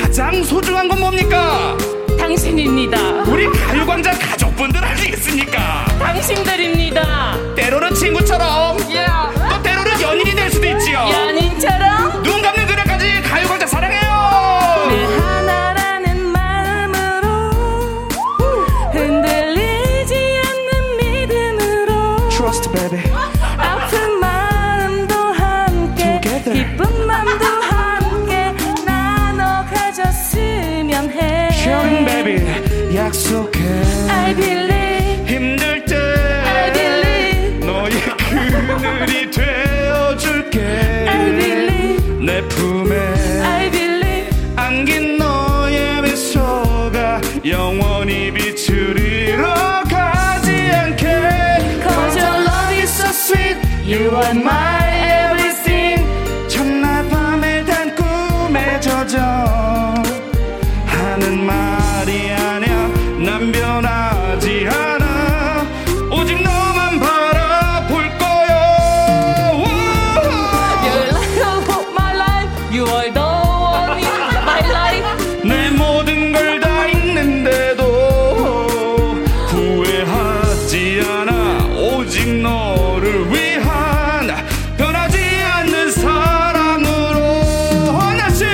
S3: 가장 소중한 건 뭡니까?
S13: 어. 당신입니다.
S3: 우리 가요광장 가족분들 아니겠습니까?
S13: 당신들입니다.
S3: 때로는 친구처럼 또 때로는 연인이 될 수도 있지요.
S13: 연인처럼
S3: 눈 감는 그날까지 가요광장 사랑해요.
S13: 내 하나라는 마음으로 흔들리지 않는 믿음으로
S3: Trust baby.
S13: 아픈 마음도 함께 기쁜 마음도 함께 나눠 가졌으면 해
S3: Sharing
S13: 네.
S3: baby. 약속해.
S13: I believe
S3: 힘들 때
S13: I believe
S3: 너의 그늘이 되어줄게.
S13: I believe
S3: 내
S13: I
S3: 품에
S13: believe
S3: 안긴 너의 미소가 영원히 비추리러 가지 않게.
S13: Cause your love is so sweet You are my everything
S3: 첫날 밤에 단 꿈에 젖어 하는 말이 아냐 난 변하지 않아 오직 너만 바라볼 거야
S13: Your love of my life You are the one in my life
S3: 내 모든 걸 다 있는데도 후회하지 않아 오직 너를 위한 변하지 않는 사랑으로 하나씩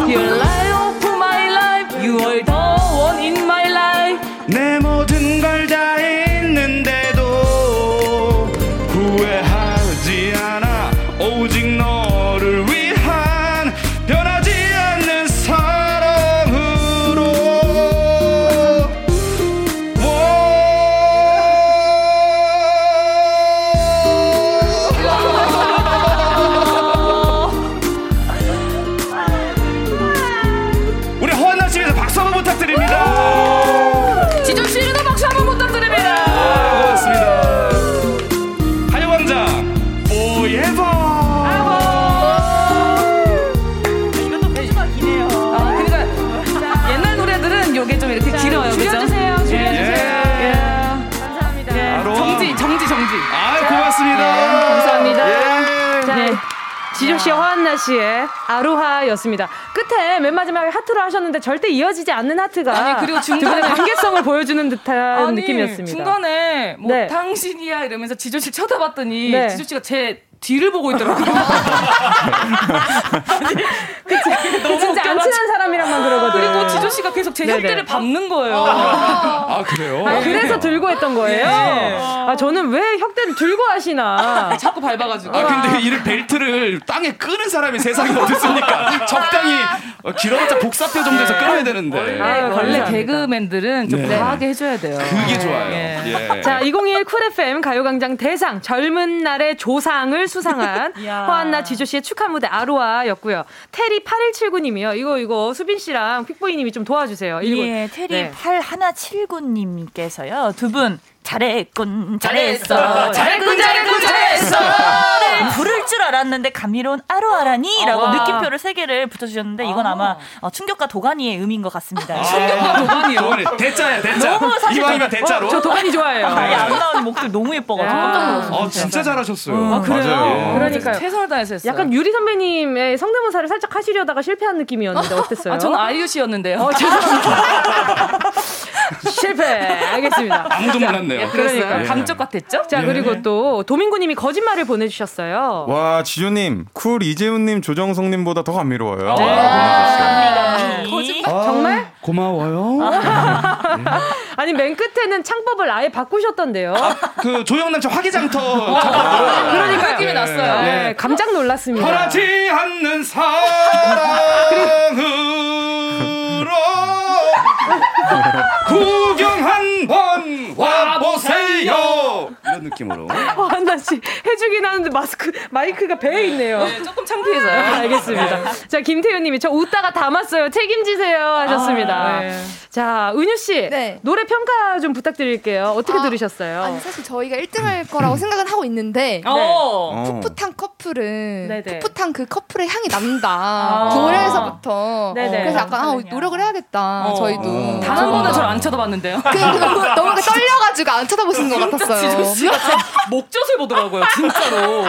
S13: Your life of my life You are the one in my life
S3: 내 모든 걸 다 했는데도 후회하지 않아 오직 너를 위한 변하지 않는 사랑으로 우리 허한나 씨에서 박수 한번 부탁드립니다
S13: 지조 씨 일어나 박수 한번 부탁드립니다
S3: 아, 고맙습니다. 가요광장 forever.
S1: 아,
S14: 이것도 배지막이네요. 아,
S5: 그러니까 옛날 노래들은 요게 좀 이렇게 길어요. 그죠?
S13: 줄여주세요,
S1: 네,
S3: 예,
S13: 줄여주세요.
S3: 네.
S1: 예.
S5: 감사합니다. 정지, 정지, 정지.
S3: 아, 고맙습니다.
S1: 네, 감사합니다.
S3: 예.
S1: 자,
S5: 네.
S1: 지조 씨, 허한나 씨의 아로하였습니다. 끝에 맨 마지막에 하트로 하셨는데 절대 이어지지 않는 하트가
S5: 아니, 그리고
S1: 두
S5: 중간에-
S1: 분의 관계성을 보여주는 듯한
S5: 아니,
S1: 느낌이었습니다.
S5: 중간에 뭐
S1: 네.
S5: 당신이야 이러면서 지조 씨 쳐다봤더니
S1: 네.
S5: 지조 씨가 제 뒤를 보고 있더라고요. 너무
S1: 진짜 안
S5: 웃겨가지고. 아,
S1: 친한 사람이랑만 그러거든요.
S5: 그리고 지조 씨가 계속 제
S1: 네네. 어.
S5: 혀대를 밟는 거예요.
S3: 아, 그래요?
S1: 아, 그래서 들고 했던 거예요?
S3: 예.
S1: 아, 저는 왜 혁대를 들고 하시나.
S5: 자꾸 밟아가지고.
S3: 아, 근데 이를 벨트를 땅에 끄는 사람이 세상에 어딨습니까? 적당히 어, 길어봤자 복사표 정도에서
S1: 아,
S3: 끊어야 되는데.
S5: 원래, 원래
S1: 감사합니다.
S5: 개그맨들은 좀
S3: 네.
S5: 과하게 해줘야 돼요.
S3: 그게 좋아요. 예.
S1: 자, 2021 쿨FM 가요광장 대상 젊은 날의 조상을 수상한
S5: 이야.
S1: 허한나 지조 씨의 축하 무대 아로아였고요. 테리 8179님이요. 이거 이거 수빈 씨랑 픽보이님이 좀 도와주세요. 일곱.
S4: 예, 테리
S1: 네.
S4: 8179님께서요. 두 분 잘했군,
S14: 잘했어.
S4: 잘했어.
S14: 잘했군, 잘했군, 잘했어.
S4: 네, 부를 줄 알았는데 감미로운 아로아라니라고
S14: 와.
S4: 느낌표를 세 개를 붙여주셨는데 이건 아마 아, 어, 충격과 도가니의 의미인 것 같습니다.
S3: 충격과 도가니요? 도가니, 대짜예요, 대짜.
S4: 너무 사실
S3: 이왕이면 대짜로.
S1: 어, 저 도가니 좋아해요.
S4: 아니, 네. 안 나오는 목소리 너무 예뻐가지고 깜짝 놀랐어요.
S3: 어, 진짜 잘하셨어요.
S1: 아, 그래요?
S3: 맞아요.
S1: 그러니까요.
S5: 최선을 다해서 했어요.
S1: 약간 유리 선배님의 성대모사를 살짝 하시려다가 실패한 느낌이었는데 어땠어요?
S5: 아, 저는 아이유 씨였는데요. 네.
S1: 어, 죄송합니다. 실패. 알겠습니다.
S3: 아무도 몰랐네요.
S1: 그러니까
S5: 그러니까 감쪽 같았죠?
S1: 자, 그리고 또 도민구님이 거짓말을 보내주셨어요.
S6: 와 지조님, 쿨 이재훈님, 조정성님보다 더 감미로워요.
S1: 네.
S4: 이-
S3: 아,
S1: 정말?
S3: 고마워요.
S1: 아니 맨 끝에는 창법을 아예 바꾸셨던데요.
S3: 그 조영남 저 화기장터.
S1: 그러니까
S3: 느낌이 났어요.
S1: 네, 깜짝 놀랐습니다.
S3: 변하지 않는 사랑으로 구경 한 번 와보세요 이런 느낌으로
S1: 어, 한나 씨 해주긴 하는데 마스크 마이크가 배에 있네요.
S5: 조금
S15: 아,
S5: 창피해서요.
S1: 알겠습니다.
S6: 네.
S1: 자 김태윤님이 저 웃다가 담았어요. 책임지세요 하셨습니다.
S5: 아, 네.
S1: 자 은유 씨
S7: 네.
S1: 노래 평가 좀 부탁드릴게요. 어떻게
S7: 아,
S1: 들으셨어요?
S7: 아니 사실 저희가 1등할 거라고 생각은 하고 있는데
S15: 네.
S5: 어.
S6: 어.
S7: 풋풋한 커플은
S1: 네네. 아.
S7: 풋풋한 그 커플의 향이 난다 노래에서부터
S1: 네네.
S7: 그래서 약간 아, 노력을 해야겠다
S5: 어.
S7: 저희도
S5: 단 한 번도
S15: 아.
S5: 저를 안 쳐다봤는데요.
S7: 그, 그, 너무 그 떨려가지고 안 쳐다보시는 것
S5: 진짜 지조
S7: 같았어요
S5: 씨가 제 목젖을 보더라고요, 진짜로.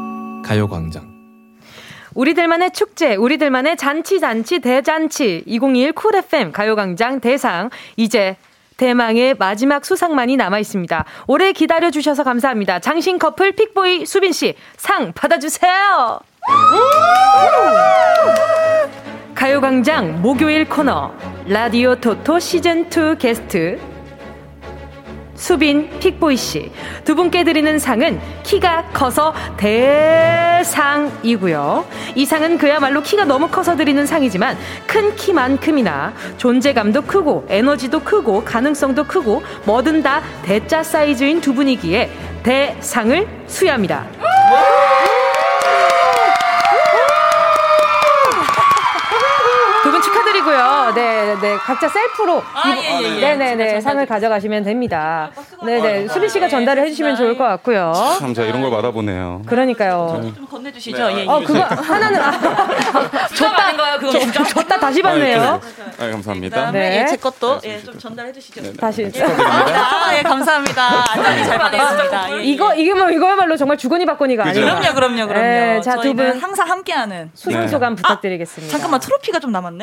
S9: 가요광장.
S1: 우리들만의 축제, 우리들만의 잔치, 잔치, 대잔치. 2021 쿨FM 가요광장 대상. 이제 대망의 마지막 수상만이 남아 있습니다. 오래 기다려 주셔서 감사합니다. 장신 커플 픽보이 수빈 씨 상 받아주세요. 가요광장 목요일 코너 라디오 토토 시즌 2 게스트 수빈 픽보이 씨 두 분께 드리는 상은 키가 커서 대상이고요. 이 상은 그야말로 키가 너무 커서 드리는 상이지만 큰 키만큼이나 존재감도 크고 에너지도 크고 가능성도 크고 뭐든 다 대자 사이즈인 두 분이기에 대상을 수여합니다. 두 분 축하드리고요. 네, 네, 각자 셀프로
S16: 아,
S1: 이거-
S16: 예, 예, 예.
S1: 네, 네, 네, 상을 가져가시면
S16: 아,
S1: 됩니다. 네, 네, 수빈 씨가 전달을 해주시면 좋을 것 같고요.
S6: 참, 제가 이런 걸 받아보네요.
S1: 그러니까요.
S4: 좀 건네주시죠. 예, 예.
S1: 어, 그거 하나는 아, 줬다
S4: 거예요, 그거
S1: 줬- 줬다 다시 받네요.
S6: 아, 감사합니다.
S4: 그다음에 예, 제 것도
S6: 네, 네,
S4: 예, 좀 전달해 주시죠.
S1: 다시.
S4: 아, 예, 감사합니다. 안전히 잘 받았습니다. 예, 예.
S1: 이거 이게 뭐 이거야말로 정말 주거니받거니가
S4: 그죠?
S1: 아니에요.
S4: 그럼요, 그럼요, 그럼요.
S1: 자두
S4: 저희는
S1: 분
S4: 항상 함께하는
S1: 수상
S4: 네.
S1: 소감
S6: 아,
S1: 부탁드리겠습니다.
S4: 잠깐만 트로피가 좀 남았네.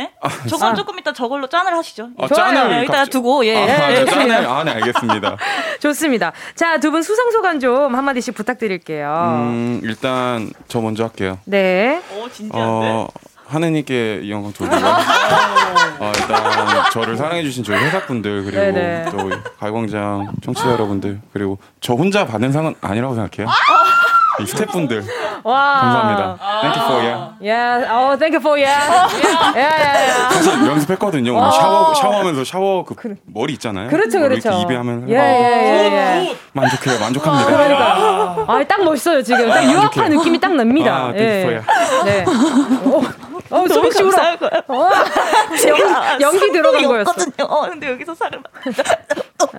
S4: 저건 조금 이따 저걸로 짠을 하시죠. 예.
S6: 아,
S1: 아. 좋아요.
S6: 짠을
S1: 여기다가
S6: 갑자기-
S1: 두고, 예,
S6: 아,
S1: 예,
S6: 저
S1: 예.
S6: 짠을. 아, 네, 알겠습니다.
S1: 좋습니다. 자 두 분 수상 소감 좀 한마디씩 어. 부탁드릴게요.
S6: 음, 일단 저 먼저 할게요.
S1: 네. 아.
S4: 오
S6: 어, 하느님께 이 영광 돌리고 어, 일단 저를 사랑해주신 저희 회사분들 그리고
S11: 네네.
S6: 또 가요광장 청취자 여러분들 그리고 저 혼자 받는 상은 아니라고 생각해요. 이 스태프분들
S1: 와.
S6: 감사합니다.
S1: 아.
S6: Thank you for yeah.
S1: Yeah. Oh, thank you for
S5: 어.
S1: yeah. yeah, yeah, yeah.
S6: 사실 연습했거든요. 오늘
S1: 어.
S6: 샤워 샤워하면서 샤워 그 머리 있잖아요.
S1: 그렇죠,
S6: 머리
S1: 그렇죠.
S6: 뭐 이렇게 입에 하면
S1: 예, 예, 예, 예.
S6: 만족해요, 만족합니다.
S1: 그러니까. 아, 딱 멋있어요, 지금. 딱
S6: 아,
S1: 유학파
S6: 이렇게.
S1: 느낌이 딱 납니다.
S6: 아, 땡큐포야.
S1: 네. 어, 어, 소민 씨 울어.
S4: 감사할 거야.
S1: 어, 연기, 연기 들어간 거였어.
S4: 거였거든요. 어, 근데 여기서 사람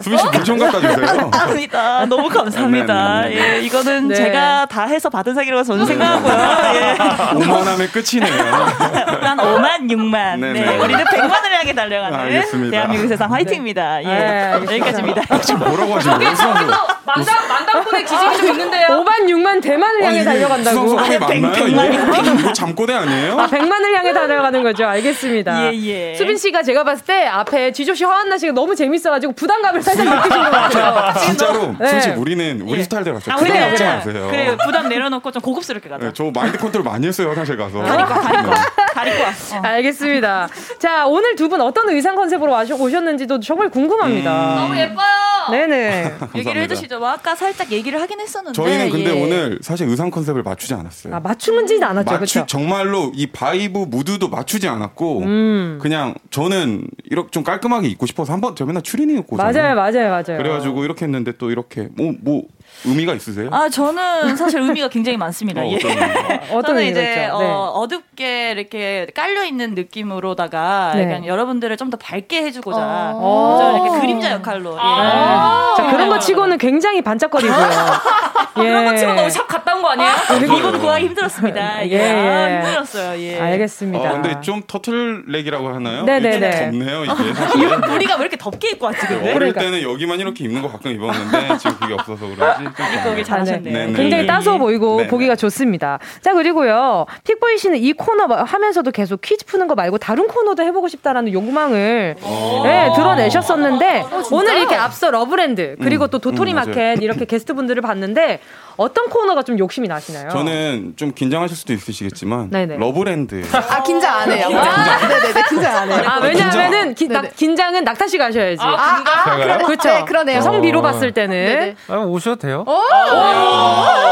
S6: 수빈 씨물좀 갖다 주세요.
S4: 아니다. 너무 감사합니다.
S6: 네, 네, 네.
S4: 예, 이거는
S6: 네.
S4: 제가 다 해서 받은 상이라고 저는 생각하고요. 예.
S6: 어? 오만함의 끝이네요.
S4: 한 5만, 6만.
S6: 네,
S4: 네,
S6: 네.
S4: 우리는 100만을 향해 달려가는
S6: 알겠습니다.
S4: 대한민국 세상 화이팅입니다.
S1: 네. 네,
S4: 예.
S1: 알겠습니다.
S4: 여기까지입니다.
S6: 아, 지금 뭐라고 하시는 거예요?
S5: 만담 만담꾼의 기질이 좀 있는데요.
S1: 5만 6만 대만을 향해
S6: 이게
S1: 달려간다고.
S6: 수상소감이 맞나요? 이게? 이거 잠꼬대 아니에요?
S1: 아, 100만을 향해 달려가는 거죠. 알겠습니다.
S4: 예, 예.
S1: 수빈 씨가 제가 봤을 때 앞에 지조 씨, 허한나 씨가 너무 재밌어가지고 부담감을 살짝 느끼신 것 같아요.
S6: 진짜로
S1: 네.
S6: 솔직히 우리는 우리 스타일대로 가죠.
S4: 아,
S6: 부담
S4: 그래요,
S6: 갖지
S4: 그래요.
S6: 마세요.
S4: 그래요. 부담 내려놓고 좀 고급스럽게 가자.
S6: 네, 저 마인드 컨트롤 많이 했어요 사실 가서.
S4: 그러니까,
S6: 네.
S4: 가리고 어, 와.
S1: 알겠습니다. 자, 오늘 두 분 어떤 의상 컨셉으로 와셔- 오셨는지도 정말 궁금합니다.
S7: 음.
S4: 너무 예뻐요.
S1: 네네.
S4: 얘기를
S6: 감사합니다.
S4: 해주시죠. 뭐 아까 살짝 얘기를 하긴 했었는데.
S6: 저희는 근데
S4: 예.
S6: 오늘 사실 의상 컨셉을 맞추지 않았어요.
S1: 아, 맞춤은지는 않았죠,
S6: 맞추
S1: 그렇죠?
S6: 정말로 이 바이브 무드도 맞추지 않았고
S1: 음.
S6: 그냥 저는 이렇게 좀 깔끔하게 입고 싶어서 한번 저 맨날 추리닝 입고
S1: 맞아요,
S6: 오잖아요.
S1: 맞아요, 맞아요.
S6: 그래가지고 이렇게 했는데 또 이렇게 뭐 뭐 의미가 있으세요?
S4: 아 저는 사실 의미가 굉장히 많습니다.
S6: 어,
S4: 예.
S6: 어떤 의미가?
S1: 어떤
S4: 저는
S1: 의미가
S4: 이제
S1: 있죠?
S4: 어,
S1: 네.
S4: 어둡게 이렇게 깔려 있는 느낌으로다가
S1: 네.
S4: 약간 여러분들을 좀 더 밝게 해주고자
S1: 어.
S4: 그래서 이렇게 그림자 역할로. 예.
S1: 네. 자, 그런 거 치고는 굉장히 반짝거리고요. 예.
S5: 그런 거 치고 너무 샵 갔다 온 거 아니에요?
S4: 이분 구하기 힘들었습니다. 예.
S1: 예, 예.
S4: 아, 힘들었어요. 예.
S1: 알겠습니다.
S6: 어, 근데 좀 터틀넥이라고 하나요?
S1: 네네네. 아, 네,
S6: 이게 좀 덥네요 이게 사실.
S4: 우리가 왜 이렇게 덥게 입고 왔지 근데?
S6: 어릴
S1: 그러니까.
S6: 때는 여기만 이렇게 입는 거 가끔 입었는데 지금 그게 없어서 그런지 좀
S1: 그러니까
S6: 그렇네요.
S1: 잘하셨네요.
S6: 네네.
S1: 굉장히 따스워 보이고
S6: 네네.
S1: 보기가 좋습니다. 자 그리고요, 픽보이 씨는 이 코너 하면서도 계속 퀴즈 푸는 거 말고 다른 코너도 해보고 싶다라는 욕망을
S6: 어.
S1: 예, 드러내셨었는데
S7: 아,
S1: 오늘 이렇게 앞서 러브랜드 그리고 또 도토리
S6: 음, 맞아요.
S1: 마켓 이렇게 게스트분들을 봤는데 어떤 코너가 좀 욕심이 나시나요?
S6: 저는 좀 긴장하실 수도 있으시겠지만
S1: 네네.
S6: 러브랜드
S7: 아 긴장 안 해요. 네네네 긴장 안 해요.
S1: 아 왜냐하면은 기- 낙- 긴장은 낙타 씨가 하셔야지.
S7: 아, 아,
S9: 제가요?
S1: 그래, 그렇죠.
S7: 네, 그러네요.
S1: 성비로
S9: 어.
S1: 봤을 때는
S9: 아, 오셔도 돼요.
S1: 오!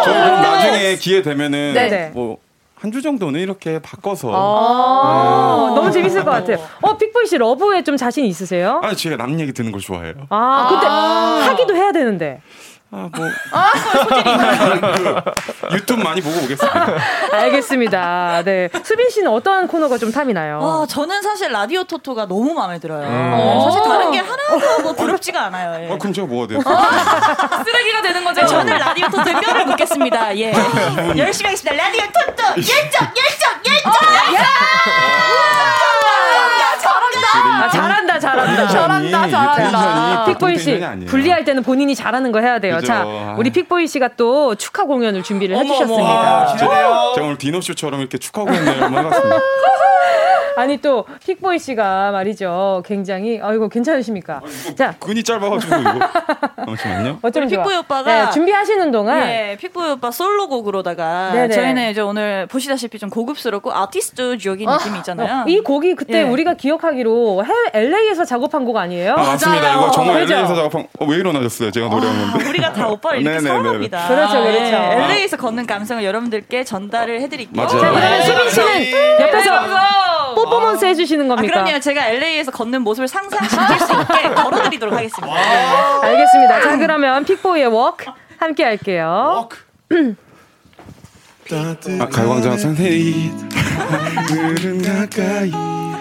S6: 저 그럼 나중에 기회 되면은
S1: 아, 네. 네네.
S6: 뭐 한 주 정도는 이렇게 바꿔서
S1: 아,
S7: 어.
S6: 네.
S1: 너무 재밌을 것 같아요. 어, 픽보이 씨 러브에 좀 자신 있으세요?
S6: 아니 제가 남 얘기 듣는 걸 좋아해요.
S1: 아, 근데
S7: 아.
S1: 하기도 해야 되는데.
S6: 아, 뭐. 유튜브 많이 보고 오겠습니다.
S1: 알겠습니다. 네. 수빈 씨는 어떠한 코너가 좀 탐이 나요?
S4: 와, 저는 사실 라디오 토토가 너무 마음에 들어요.
S1: 음.
S4: 사실 다른 게 하나도 뭐 부럽지가 않아요. 예.
S6: 어, 그럼 제가 뭐가 돼요?
S4: 쓰레기가 되는 거죠. 저는 라디오 토토의 뼈를 묻겠습니다. 예. 열심히 하겠습니다. 라디오 토토 열정 열정
S1: 어,
S4: 열정 열정.
S1: 아, 잘한다,
S6: 그
S1: 잘한다.
S6: 네. 잘한다,
S4: 아,
S6: 잘한다.
S1: 픽보이 씨, 분리할 때는 본인이 잘하는 거 해야 돼요.
S6: 그죠.
S1: 자, 우리 픽보이 씨가 또 축하 공연을 준비를 해주셨습니다.
S6: 아,
S4: 아,
S6: 기대돼요. 제가 오늘 디노쇼처럼 이렇게 축하하고 있네요. 한번 해봤습니다.
S1: 아니, 또, 픽보이 씨가 말이죠. 굉장히, 아이고, 괜찮으십니까? 자,
S6: 근이 짧아가지고 이거. 잠시만요.
S1: 어쩌면
S4: 우리 픽보이
S1: 좋아.
S4: 오빠가
S1: 네, 준비하시는 동안
S4: 예, 픽보이 오빠 솔로곡으로다가
S1: 네네.
S4: 저희는 이제 오늘 보시다시피 좀 고급스럽고 아티스트 주역인 느낌이 있잖아요.
S1: 어, 이 곡이 그때
S4: 예.
S1: 우리가 기억하기로 해외 LA에서 작업한 곡 아니에요?
S6: 아, 맞습니다. 이거 정말
S1: 그죠?
S6: LA에서 작업한, 어, 왜 일어나셨어요? 제가 노래한 건데.
S4: 우리가 다 오빠를 이렇게
S6: 네네네네.
S4: 사랑합니다.
S1: 그렇죠, 그렇죠.
S4: 예, LA에서 걷는 감성을 여러분들께 전달을 해드릴게요.
S6: 맞아요. 자, 그러면
S1: 수빈 씨는 옆에서 퍼포먼스 해주시는
S4: 예, 아,
S1: 겁니까?
S4: 그럼요. 제가 LA에서 걷는 모습을 상상시킬 수 있게 걸어드리도록 하겠습니다.
S1: 알겠습니다. 자, 그러면 픽보이의 워크 함께 할게요.
S6: 아, 가요광장 선생님. 늘은 가까이
S4: 네,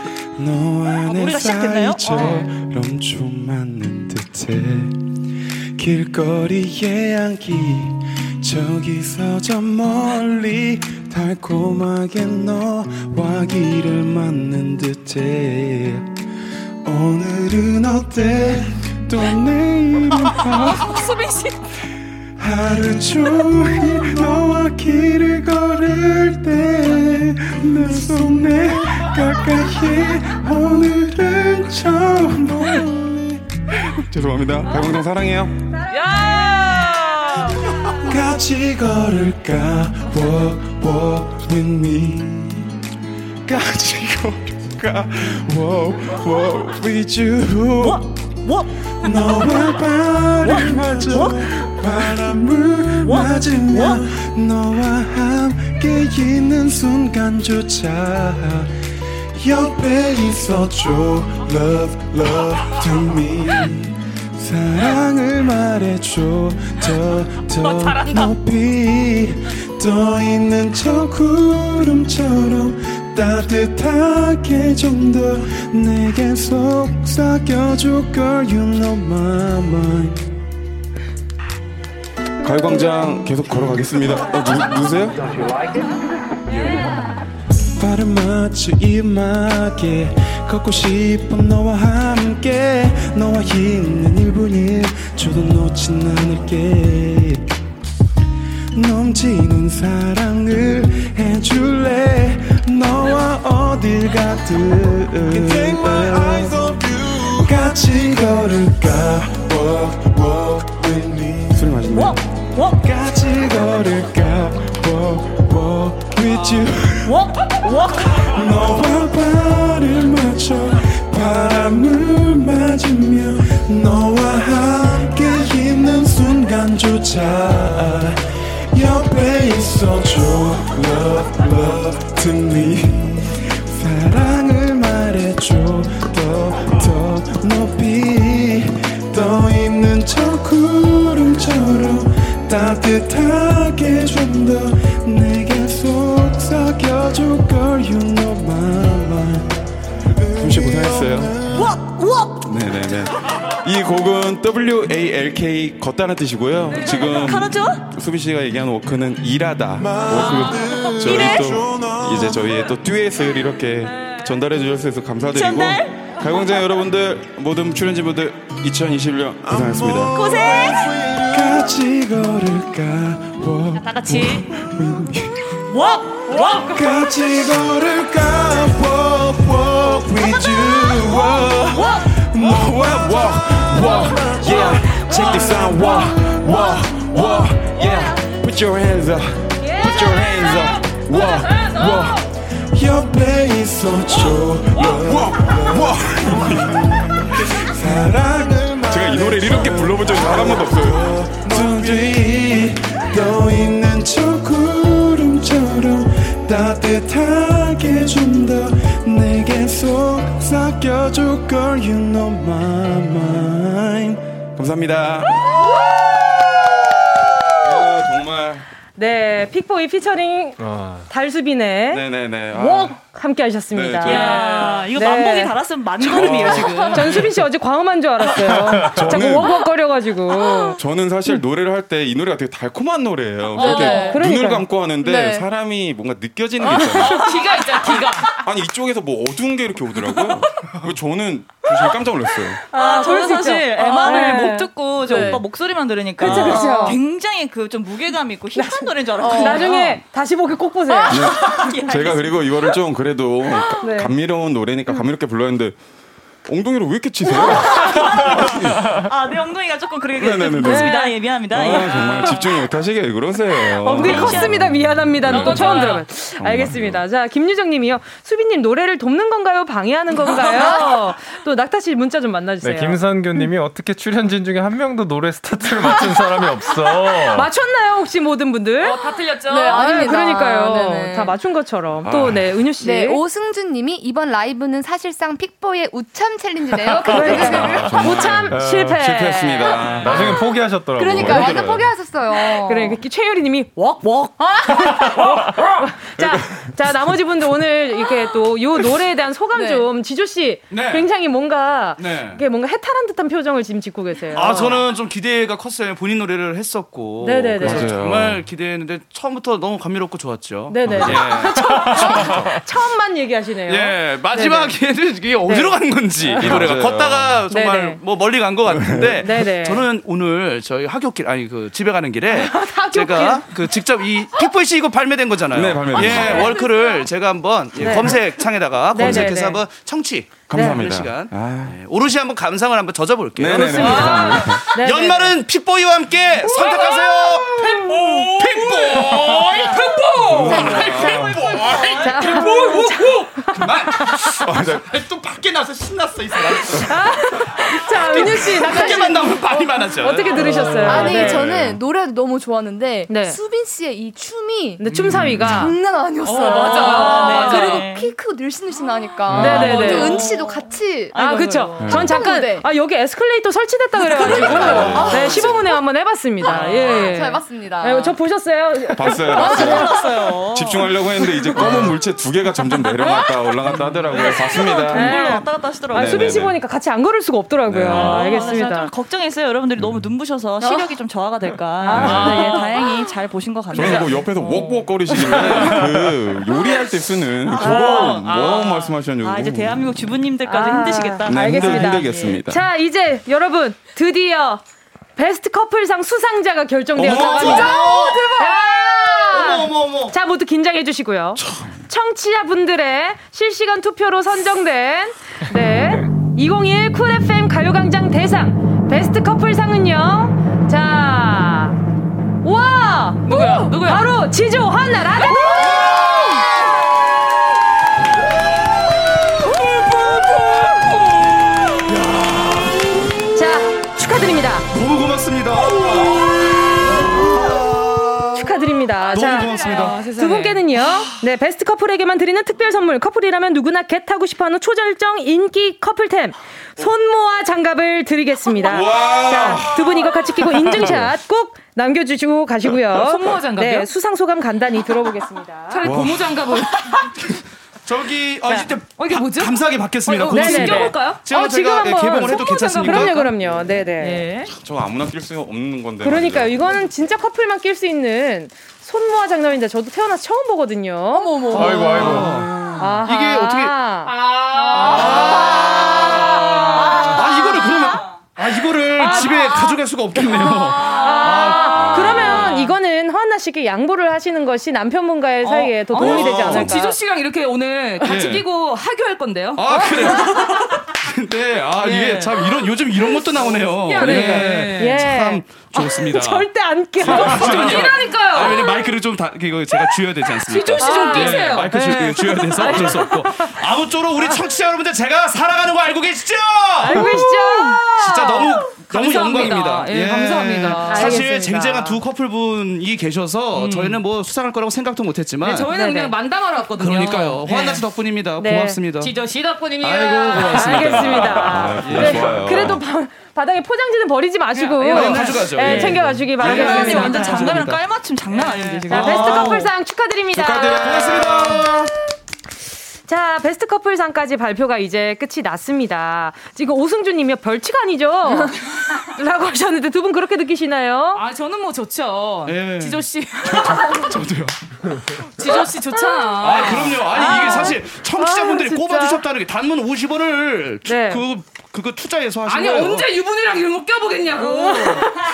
S6: 너와
S4: 뭐
S6: 내
S11: 노래가 시작됐나요?
S6: 사이처럼 좀 맞는 듯해 길거리의 향기 저기서 저 멀리 달콤하게 너와 길을 맞는 듯해 오늘은 어때 또 내일은 밤
S11: 수빈 씨.
S6: 하루 종일 너와 길을 걸을 때 내 손에 가까이 오늘은 처음 보니 죄송합니다 백운동 사랑해요 같이 걸을까 walk walk with me
S5: 가지고 가 Wow, wow, with you 너와 발을 맞아 바람을 맞으며 너와 함께 있는 순간조차 옆에 있어줘 Love, love to me 사랑을 말해줘 더더 높이 떠 있는 저 구름처럼 따뜻하게 좀 더 내게 속삭여줘 Girl you know my mind
S6: 가요광장 계속 걸어가겠습니다. 어, 누, 누구세요?
S5: 발을 맞춰 입맞게 걷고 싶어 너와 함께 너와 있는 1분 1초도 놓진 않을게 넘치는 사랑을 해줄래 너와 어딜 가든 같이 걸을까 walk walk with me 술 마시네 같이 걸을까 walk walk with you walk walk 너와 발을 맞춰 바람을 맞으며 너와 함께 있는 순간조차 옆에 있어줘 Love, love to me 사랑을 말해줘 더, 더 높이 떠있는 저 구름처럼 따뜻하게 좀 더 내게 속삭여줘 Girl you know my mind
S6: 김씨 고생했어요. 네네네. 이 곡은 WALK 걷다는 뜻이고요. 지금
S4: 어, 가라죠?
S6: 수빈 씨가 얘기한 워크는 일하다. 워크. 저희
S4: 일해?
S6: 또 이제 저희의 또 듀엣을 이렇게 전달해 주셔서 감사드리고
S4: 전달?
S6: 가요광장 여러분들 모든 출연진분들 2021년 고생하셨습니다.
S4: 어, 고생!
S5: 같이 걸을까 walk,
S4: 다 같이.
S5: walk, walk. 같이 걸을까 walk, walk with you walk, walk, walk, walk, walk. yeah check this out walk, walk, walk yeah put your hands up put your hands up walk, walk 옆에 있어줘 walk, walk, walk 사랑을
S6: 제가 이 노래를 이렇게 불러본 적이 단한 번도 없어요.
S5: 눈뒤 떠있는 저 구름처럼 따뜻하게 좀 더 내게 속삭여줘 Girl you know my mind
S6: 감사합니다. 정말.
S1: 네, 픽보이 피처링
S6: 아.
S1: 달수빈의
S6: 네네네. 아.
S1: 웍 함께 하셨습니다.
S6: 네, 저-
S4: 야, 아, 이거 만복이 달았으면 만걸음이에요, 지금.
S1: 전수빈 씨 어제 광음한 줄 알았어요. 자꾸
S6: 저는-
S1: 웍웍거려가지고.
S6: 저는 사실 노래를 할 때 이 노래가 되게 달콤한 노래예요.
S1: 어,
S6: 이렇게
S1: 네.
S6: 눈을
S1: 그러니까요.
S6: 감고 하는데
S1: 네.
S6: 사람이 뭔가 느껴지는 게 있잖아요.
S17: 기가 있잖아, 기가.
S6: 아니 이쪽에서 뭐 어두운 게 이렇게 오더라고요. 그래서 저는 정말 깜짝 놀랐어요.
S4: 아,
S18: 그럴
S4: 저는
S18: 수
S4: 사실
S18: 있죠.
S4: MR을
S18: 네.
S4: 못 듣고 저
S18: 네.
S4: 오빠 목소리만 들으니까
S18: 그쵸, 그쵸.
S4: 굉장히 그 좀 무게감 있고 힙한 노래인 줄 알았어요. 아.
S1: 어. 나중에 다시 보기 꼭 보세요.
S6: 제가 그리고 이거를 좀 그래도
S1: 네.
S6: 감미로운 노래니까 감미롭게 불렀는데 엉덩이를 왜 이렇게 치세요?
S4: 아, 내 엉덩이가 조금 그렇게
S6: 네네네네.
S4: 됐습니다. 예, 미안합니다.
S6: 아,
S4: 예.
S6: 정말 집중이 못하시게 왜 그러세요? 아,
S1: 엉덩이 어, 네. 컸습니다. 미안합니다. 또
S6: 너무
S1: 처음
S6: 좋아요.
S1: 들어봐요. 알겠습니다. 자, 김유정 님이요. 수빈님 노래를 돕는 건가요? 방해하는 건가요? 또 낙타 씨 문자 좀 만나주세요.
S9: 네, 김선규님이 어떻게 출연진 중에 한 명도 노래 스타트를 맞춘 사람이 없어.
S1: 맞췄나요 혹시 모든 분들?
S17: 다 틀렸죠?
S1: 네,
S17: 아,
S1: 아닙니다. 그러니까요.
S7: 네네.
S1: 다 맞춘 것처럼. 또,
S6: 아.
S1: 네, 은유 씨.
S7: 네, 오승준 님이 이번 라이브는 사실상 픽보의 우참 챌린지네요. 그러니까
S1: 오참 아, 실패.
S6: 실패했습니다.
S9: 나중에 포기하셨더라고요.
S7: 그러니까 완전 포기하셨어요.
S1: 어, 네. 그래, 그 최유리님이 웍 웍. 자, 자 나머지 분들 오늘 이렇게 또 이 노래에 대한 소감 좀 지조 씨
S5: 네.
S1: 굉장히 뭔가
S5: 네.
S1: 이게 뭔가 해탈한 듯한 표정을 지금 짓고 계세요.
S5: 아 저는 좀 기대가 컸어요 본인 노래를 했었고
S1: 네네네.
S5: 그래서
S1: 맞아요.
S5: 정말 기대했는데 처음부터 너무 감미롭고 좋았죠
S1: 네네.
S5: 예.
S1: 처음만 얘기하시네요.
S5: 예, 마지막에는 이게 어디로
S1: 네.
S5: 간 건지 이
S6: 맞아요.
S5: 노래가 걷다가 정말
S1: 네네.
S5: 뭐 멀리 간 것 같은데
S1: 네네.
S5: 저는 오늘 저희 학교길 아니 그 집에 가는 길에 제가 그 직접 이 킥보이 씨 이거 발매된 거잖아요.
S6: 네, 발매됐어요.
S5: 예, 월크를 제가 한번 예,
S6: 네.
S5: 검색창에다가
S6: 네네네.
S5: 검색해서 한번 청취
S6: 감사합니다.
S5: 하는 시간
S6: 아.
S5: 예, 오롯이 한번 감상을 한번 젖어볼게요.
S6: 네네네. 감사합니다.
S5: 아, 연말은 픽보이와 함께 선택하세요. 픽보이, 픽보이, 픽보이.
S7: 어. 아.
S1: 네.
S11: 자.
S3: 아, 또 밖에 나서 신났어 이 사람.
S1: 자, 은유 씨, 나가
S3: 밖에 만나면 말이 많아져.
S1: 어떻게 들으셨어요?
S7: 아니
S1: 네.
S7: 저는 노래도 너무 좋았는데
S1: 네.
S7: 수빈 씨의 이 춤이
S1: 근데 춤 사위가
S7: 장난 아니었어요.
S1: 어, 맞아. 아, 네.
S7: 그리고
S1: 네.
S7: 키 크고 늘씬늘씬하니까.
S1: 네네네.
S7: 또 은치 씨도 같이.
S1: 아, 그쵸.
S7: 네. 아,
S1: 전 잠깐, 아, 여기 에스컬레이터 설치됐다 그래가지고.
S7: 그러니까요. 아,
S1: 네, 시범운행 한번 해봤습니다. 예.
S7: 잘 봤습니다.
S1: 네, 저 보셨어요?
S6: 봤어요.
S1: 봤어요.
S6: 집중하려고 했는데 이제 검은 물체 두 개가 점점 내려갔다 올라갔다 하더라고요. 봤습니다.
S1: 네.
S12: 갔다 하시더라고요.
S1: 아, 수빈 씨
S6: 네네네.
S1: 보니까 같이 안 걸을 수가 없더라고요.
S6: 네. 아,
S12: 그래서
S1: 알겠습니다.
S12: 좀 걱정했어요. 여러분들이
S6: 음.
S12: 너무 눈부셔서 시력이 좀 저하가 될까.
S4: 네,
S12: 근데 예, 다행히 잘 보신 것
S6: 저는
S12: 같네요.
S6: 뭐 옆에서 웍웍 거리시길래 그 요리할 때 쓰는 그거 뭐 말씀하셨냐고.
S12: 아 이제 대한민국 주부님들까지 힘드시겠다.
S6: 네,
S4: 예.
S6: 힘들, 힘들겠습니다.
S1: 자, 이제 여러분, 드디어 베스트 커플상 수상자가 결정되었다고
S11: 어머,
S1: 합니다.
S11: 진짜? 오, 대박!
S1: 야!
S11: 어머, 어머, 어머.
S1: 자, 모두 긴장해 주시고요. 청취자분들의 실시간 투표로 선정된 네. 2021 쿨FM 가요광장 대상 베스트 커플상은요. 자, 우와! 누구야? 누구야? 바로 지조 한나 라가! 자, 축하드립니다.
S3: 너무 고맙습니다.
S1: 축하드립니다.
S3: 너무 고맙습니다.
S1: 두 분께는요, 네, 베스트 커플에게만 드리는 특별 선물, 커플이라면 누구나 겟하고 싶어 하는 초절정 인기 커플템, 손모아 장갑을 드리겠습니다.
S11: 와.
S1: 자, 두 분 이거 같이 끼고
S3: 네.
S1: 인증샷 꼭 남겨주시고 가시고요.
S5: 손모아 장갑이요?
S1: 네, 수상 소감 간단히 들어보겠습니다.
S5: 차라리
S1: 와.
S5: 고무장갑을.
S3: 저기 아 이제
S5: 어, 이게 뭐죠?
S3: 감사하게 받겠습니다.
S1: 어,
S3: 고맙습니다.
S1: 네네네.
S3: 지금
S1: 어,
S3: 제가
S1: 지금 한번
S3: 개봉을 해도
S1: 손모아 장갑.
S3: 괜찮습니까?
S1: 그럼요, 그럼요. 네네.
S6: 저 아무나 낄 수 없는 건데.
S1: 그러니까요. 이거는 진짜 커플만 낄 수 있는 손모아 장갑인데 저도 태어나서 처음 보거든요. 어머, 어머.
S6: 아이고 아이고.
S1: 이게 어떻게.
S3: 아 이거를 그러면 아 이거를 집에 가져갈 수가 없겠네요.
S1: 그러면 이거는 허한나 씨께 양보를 하시는 것이 남편분과의 사이에 더 도움이 되지 않을까?
S5: 지조 씨랑 이렇게 오늘 같이
S3: 아. 예.
S5: 끼고 하교할 건데요.
S3: 아 그래요? 근데 아 이게 참 이런 요즘 이런 것도 나오네요.
S5: 야,
S1: 네. 예. 아,
S3: 참 좋습니다.
S1: 절대 안 깨.
S3: 좀
S5: 끼라니까요.
S3: 아, 왜냐면 마이크를 좀 다, 이거 제가 쥐어야 되지 않습니까?
S5: 지조 씨좀
S3: 네,
S5: 끼세요.
S3: 마이크
S5: 네.
S3: 쥐, 쥐어야 돼서 어쩔 수 없고. 아무쪼록 우리 청취자 여러분들 제가 살아가는 거 알고 계시죠?
S1: 알고 계시죠?
S3: 진짜 너무 너무
S5: 감사합니다.
S3: 영광입니다.
S5: 예, 감사합니다.
S3: 사실
S5: 알겠습니다. 음.
S3: 쟁쟁한 두 커플분이 계셔서 저희는 뭐 수상할 거라고 생각도 못했지만
S5: 네, 저희는 그냥 만담하러 왔거든요.
S3: 그러니까요.
S5: 네.
S3: 호한나 씨 덕분입니다. 고맙습니다.
S5: 지조 씨 덕분입니다.
S3: 아이고 고맙습니다.
S1: 알겠습니다.
S3: 예.
S5: 네.
S1: 그래, 네. 그래도 바, 바닥에 포장지는 버리지 마시고
S12: 예, 예, 가져가죠.
S1: 예,
S12: 예.
S1: 챙겨가시기
S12: 이
S1: 바라겠습니다. 예.
S12: 완전 장가면 깔맞춤 장난 아닌데 지금.
S1: 자, 베스트 커플상 축하드립니다.
S12: 축하드립니다.
S1: 자, 베스트 커플상까지 발표가 이제 끝이 났습니다. 지금 오승준 님이 벌칙 아니죠? 라고 하셨는데 두 분 그렇게 느끼시나요?
S5: 아 저는 뭐 좋죠.
S1: 예.
S5: 지조 씨.
S3: 저도요.
S5: 지조 씨 좋잖아.
S3: 아, 그럼요. 아니, 이게 사실 청취자분들이
S5: 아, 진짜.
S3: 꼽아주셨다는 게 단문 50원을 그, 그거 투자해서 하신
S5: 아니
S3: 거예요.
S5: 언제 유분이랑 이런 거
S3: 어.
S5: 껴보겠냐고.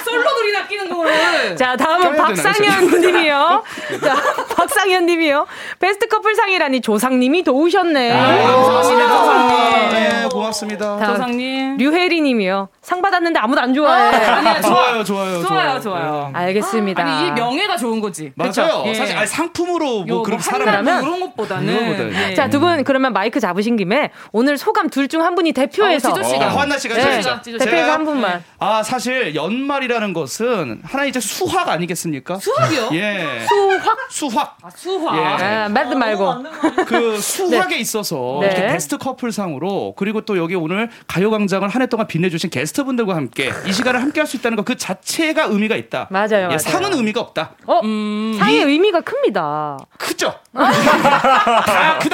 S5: 솔로들이나 끼는
S3: 네.
S5: 거를.
S1: 자, 다음은
S5: 껴야 되나요,
S1: 박상현
S5: 저희?
S1: 님이요. 자, 박상현 님이요. 베스트 커플상이라니 조상님이 도우셨네.
S3: 고맙습니다.
S1: 조상님.
S3: 아, 예, 고맙습니다.
S1: 아, 다- 류혜리 님이요. 상 받았는데 아무도 안 좋아해.
S3: 아, 아니야, 좋아요, 좋아요, 좋아요. 네.
S5: 좋아요.
S1: 알겠습니다.
S5: 아니 네, 이게 명예가 좋은 거지.
S3: 맞아요.
S5: 그쵸? 예.
S3: 사실 아니, 상품으로
S5: 요,
S3: 뭐 그런
S5: 뭐
S3: 사람을
S5: 한나라 그런 것보다는.
S3: 네.
S5: 예.
S1: 네. 자, 두 분 그러면 마이크 잡으신 김에 오늘 소감 둘 중 한 분이 대표해서
S3: 어, 지조 씨가. 어,
S1: 아,
S3: 환나 씨가 해주시죠. 지조 씨.
S1: 대표해서
S3: 제가-
S1: 네. 한 분만.
S3: 아 사실 연말이라는 것은 하나 이제 수학 아니겠습니까?
S1: 수학이요?
S3: 예.
S1: 수학
S3: 수학.
S5: 아, 수학.
S3: 예.
S1: 아, 매드
S4: 어,
S1: 말고.
S3: 그 수학에
S1: 네.
S3: 있어서
S1: 네.
S3: 이렇게 베스트 커플상으로 그리고 또 여기 오늘 가요광장을 한 해 동안 빛내주신 게스트분들과 함께 이 시간을 함께 할 수 있다는 것 그 자체가 의미가 있다.
S1: 맞아요, 맞아요.
S3: 예, 상은 의미가 없다.
S1: 어,
S3: 음.
S1: 상의 의미가 큽니다.
S3: 크죠?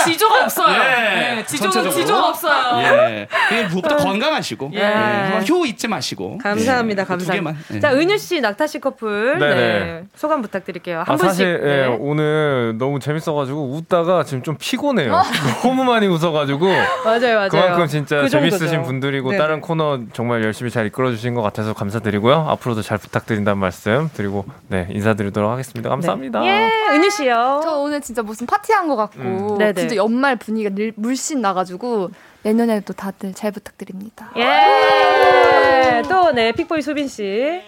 S5: 지조가 없어요.
S3: 예,
S5: 예, 지조는
S3: 전체적으로.
S5: 지조가 없어요.
S3: 예. 예, 무엇보다 건강하시고
S1: 예.
S3: 예. 한번 효 잊지 마시고.
S1: 감사합니다,
S3: 예, 그두
S1: 감사합니다.
S3: 개만. 예.
S1: 자, 은유 씨, 낙타 씨 커플. 네.
S9: 네네.
S1: 소감 부탁드릴게요. 한
S9: 아,
S1: 분씩.
S9: 사실 예,
S1: 네.
S9: 오늘 너무 재밌어가지고 웃다가 지금 좀 피곤해요. 너무 많이 웃어가지고
S1: 아. 맞아요, 맞아요.
S9: 그만큼 진짜
S1: 그 정도죠.
S9: 재밌으신 분들이고
S1: 네.
S9: 다른 코너 정말 열심히 잘 이끌어주신 것 같아서 감사드리고요. 앞으로도 잘 부탁드린다는 말씀 드리고 네 인사드리도록 하겠습니다. 감사합니다.
S1: 예, 은유 씨요.
S7: 저 오늘 진짜 무슨 파티한 것 같고
S9: 음. 어? 네네.
S7: 진짜 연말 분위기가 늘- 물씬 나가지고 내년에 또
S9: 예.
S7: 다들 잘 부탁드립니다.
S1: 예. 또, 네, 픽보이 수빈 씨.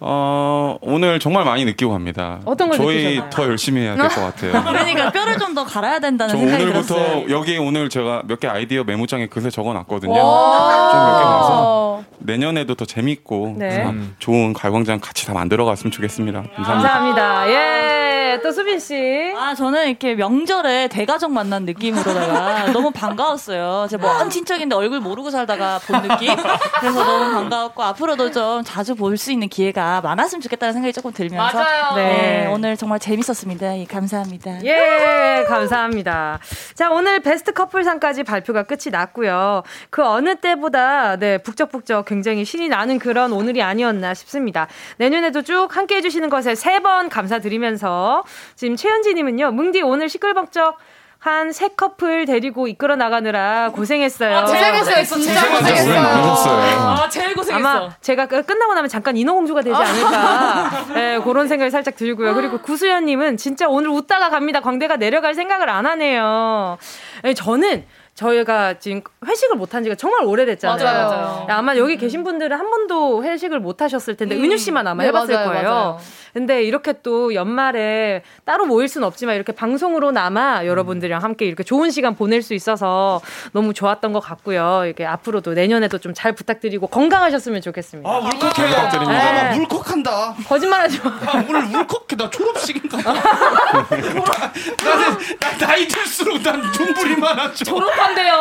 S6: 어, 오늘 정말 많이 느끼고 갑니다.
S4: 어떤 걸
S6: 저희
S4: 느끼셨나요?
S6: 더 열심히 해야 될 것 같아요.
S4: 그러니까 뼈를 좀 더 갈아야 된다는
S6: 저
S4: 생각이
S6: 오늘부터
S4: 들었어요.
S6: 여기 오늘 제가 몇 개 아이디어 메모장에 그새 적어놨거든요.
S4: 와.
S6: 좀 몇개 가서 내년에도 더 재밌고
S1: 네.
S6: 음, 좋은 갈광장 같이 다 만들어갔으면 좋겠습니다. 감사합니다.
S1: 감사합니다. 예, 또 수빈 씨.
S4: 아 저는 이렇게 명절에 대가족 만난 느낌으로다가 너무 반가웠어요. 제 먼 친척인데 얼굴 모르고 살다가 본 느낌. 그래서 너무 반가웠고 앞으로도 좀 자주 볼 수 있는 기회가 많았으면 좋겠다는 생각이 조금 들면서
S1: 맞아요.
S4: 네,
S1: 네.
S4: 오늘 정말 재밌었습니다. 예, 감사합니다.
S1: 예, 감사합니다. 자, 오늘 베스트 커플상까지 발표가 끝이 났고요. 그 어느 때보다 네, 북적북적 굉장히 신이 나는 그런 오늘이 아니었나 싶습니다. 내년에도 쭉 함께 해 주시는 것에 세 번 감사드리면서 지금 최현지 님은요. 뭉디 오늘 시끌벅적 한 세 커플 데리고 이끌어 나가느라 고생했어요.
S11: 아, 제일 고생했어, 진짜
S1: 네. 제일
S11: 고생했어요. 고생
S1: 고생했어요.
S11: 많으셨어요. 아, 제일 고생했어.
S1: 아마 제가 그 끝- 끝나고 나면 잠깐 인어공주가 되지
S11: 아.
S1: 않을까 예, 그런 생각이 살짝 들고요. 그리고 구수연님은 진짜 오늘 웃다가 갑니다. 광대가 내려갈 생각을 안 하네요. 예, 저는 저희가 지금 회식을 못 한 지가 정말 오래됐잖아요.
S11: 맞아요, 맞아요.
S1: 마 여기 계신 분들은 한 번도 회식을 못 하셨을 텐데
S11: 음.
S1: 은유 씨만 아마
S11: 네,
S1: 해봤을
S11: 맞아요,
S1: 거예요.
S11: 맞아요.
S1: 근데 이렇게 또 연말에 따로 모일 순 없지만 이렇게 방송으로 남아 여러분들이랑 함께 이렇게 좋은 시간 보낼 수 있어서 너무 좋았던 것 같고요. 이렇게 앞으로도 내년에도 좀 잘 부탁드리고 건강하셨으면 좋겠습니다. 아,
S19: 울컥해요. 아, 나
S3: 네.
S19: 울컥한다.
S1: 거짓말하지 마.
S19: 나 오늘 아, 울컥해. 나 졸업식인가? 봐. 나는 나, 나이 들수록 난 눈물이 많아져.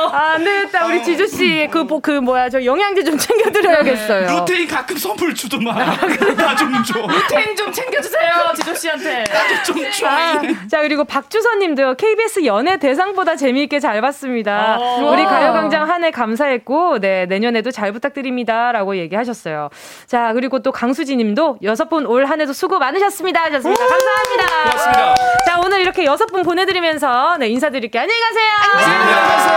S1: 아, 안 되겠다. 우리 지주씨, 그, 보- 그 뭐야, 저 영양제 좀 챙겨드려야겠어요.
S19: 루테인 가끔 선물 주더만. 나 좀 줘.
S5: 아, 루테인 좀 챙겨주세요, 지조 씨한테.
S19: 좀
S1: 아, 자 그리고 박주선님도요 KBS 연예 대상보다 재미있게 잘 봤습니다.
S11: 어.
S1: 아. 우리
S11: 와.
S1: 가요광장 한 해 감사했고 네 내년에도 잘 부탁드립니다라고 얘기하셨어요. 자 그리고 또 강수진님도 여섯 분 올 한해도 수고 많으셨습니다. 하셨습니다. 감사합니다.
S11: 고맙습니다.
S1: 자 오늘 이렇게 여섯 분 보내드리면서 네 인사드릴게요. 안녕히 가세요.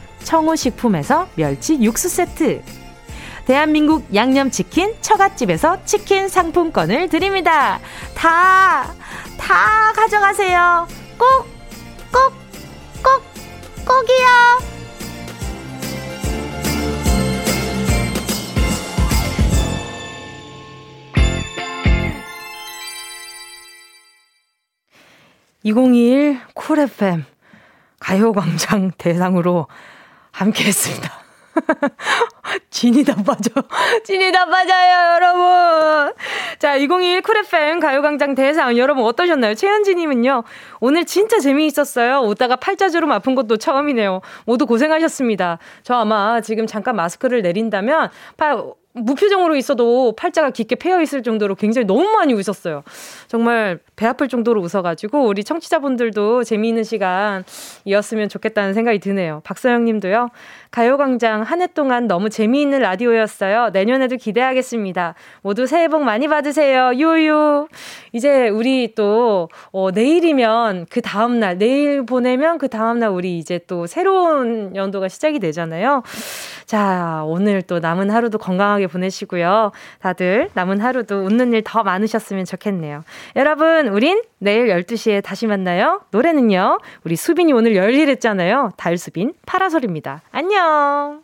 S1: 청우식품에서 멸치 육수 세트 대한민국 양념치킨 처갓집에서 치킨 상품권을 드립니다 다 다 가져가세요 꼭 꼭, 꼭, 꼭이요2021 쿨FM 가요광장 대상으로 함께 했습니다. 진이 다 빠져. 진이 다 빠져요, 여러분. 자, 201 쿨FM 가요광장 대상. 여러분 어떠셨나요? 최현진님은요, 오늘 진짜 재미있었어요. 웃다가 팔자주름 아픈 것도 처음이네요. 모두 고생하셨습니다. 저 아마 지금 잠깐 마스크를 내린다면, 팔, 무표정으로 있어도 팔자가 깊게 패여 있을 정도로 굉장히 너무 많이 웃었어요. 정말 배 아플 정도로 웃어가지고 우리 청취자분들도 재미있는 시간이었으면 좋겠다는 생각이 드네요. 박서영님도요. 가요광장 한 해 동안 너무 재미있는 라디오였어요. 내년에도 기대하겠습니다. 모두 새해 복 많이 받으세요. 유유. 이제 우리 또 어, 내일이면 그 다음 날 내일 보내면 그 다음 날 우리 이제 또 새로운 연도가 시작이 되잖아요. 자 오늘 또 남은 하루도 건강하게 보내시고요. 다들 남은 하루도 웃는 일 더 많으셨으면 좋겠네요. 여러분 우린 내일 12시에 다시 만나요. 노래는요. 우리 수빈이 오늘 열일했잖아요. 달수빈 파라솔입니다. 안녕.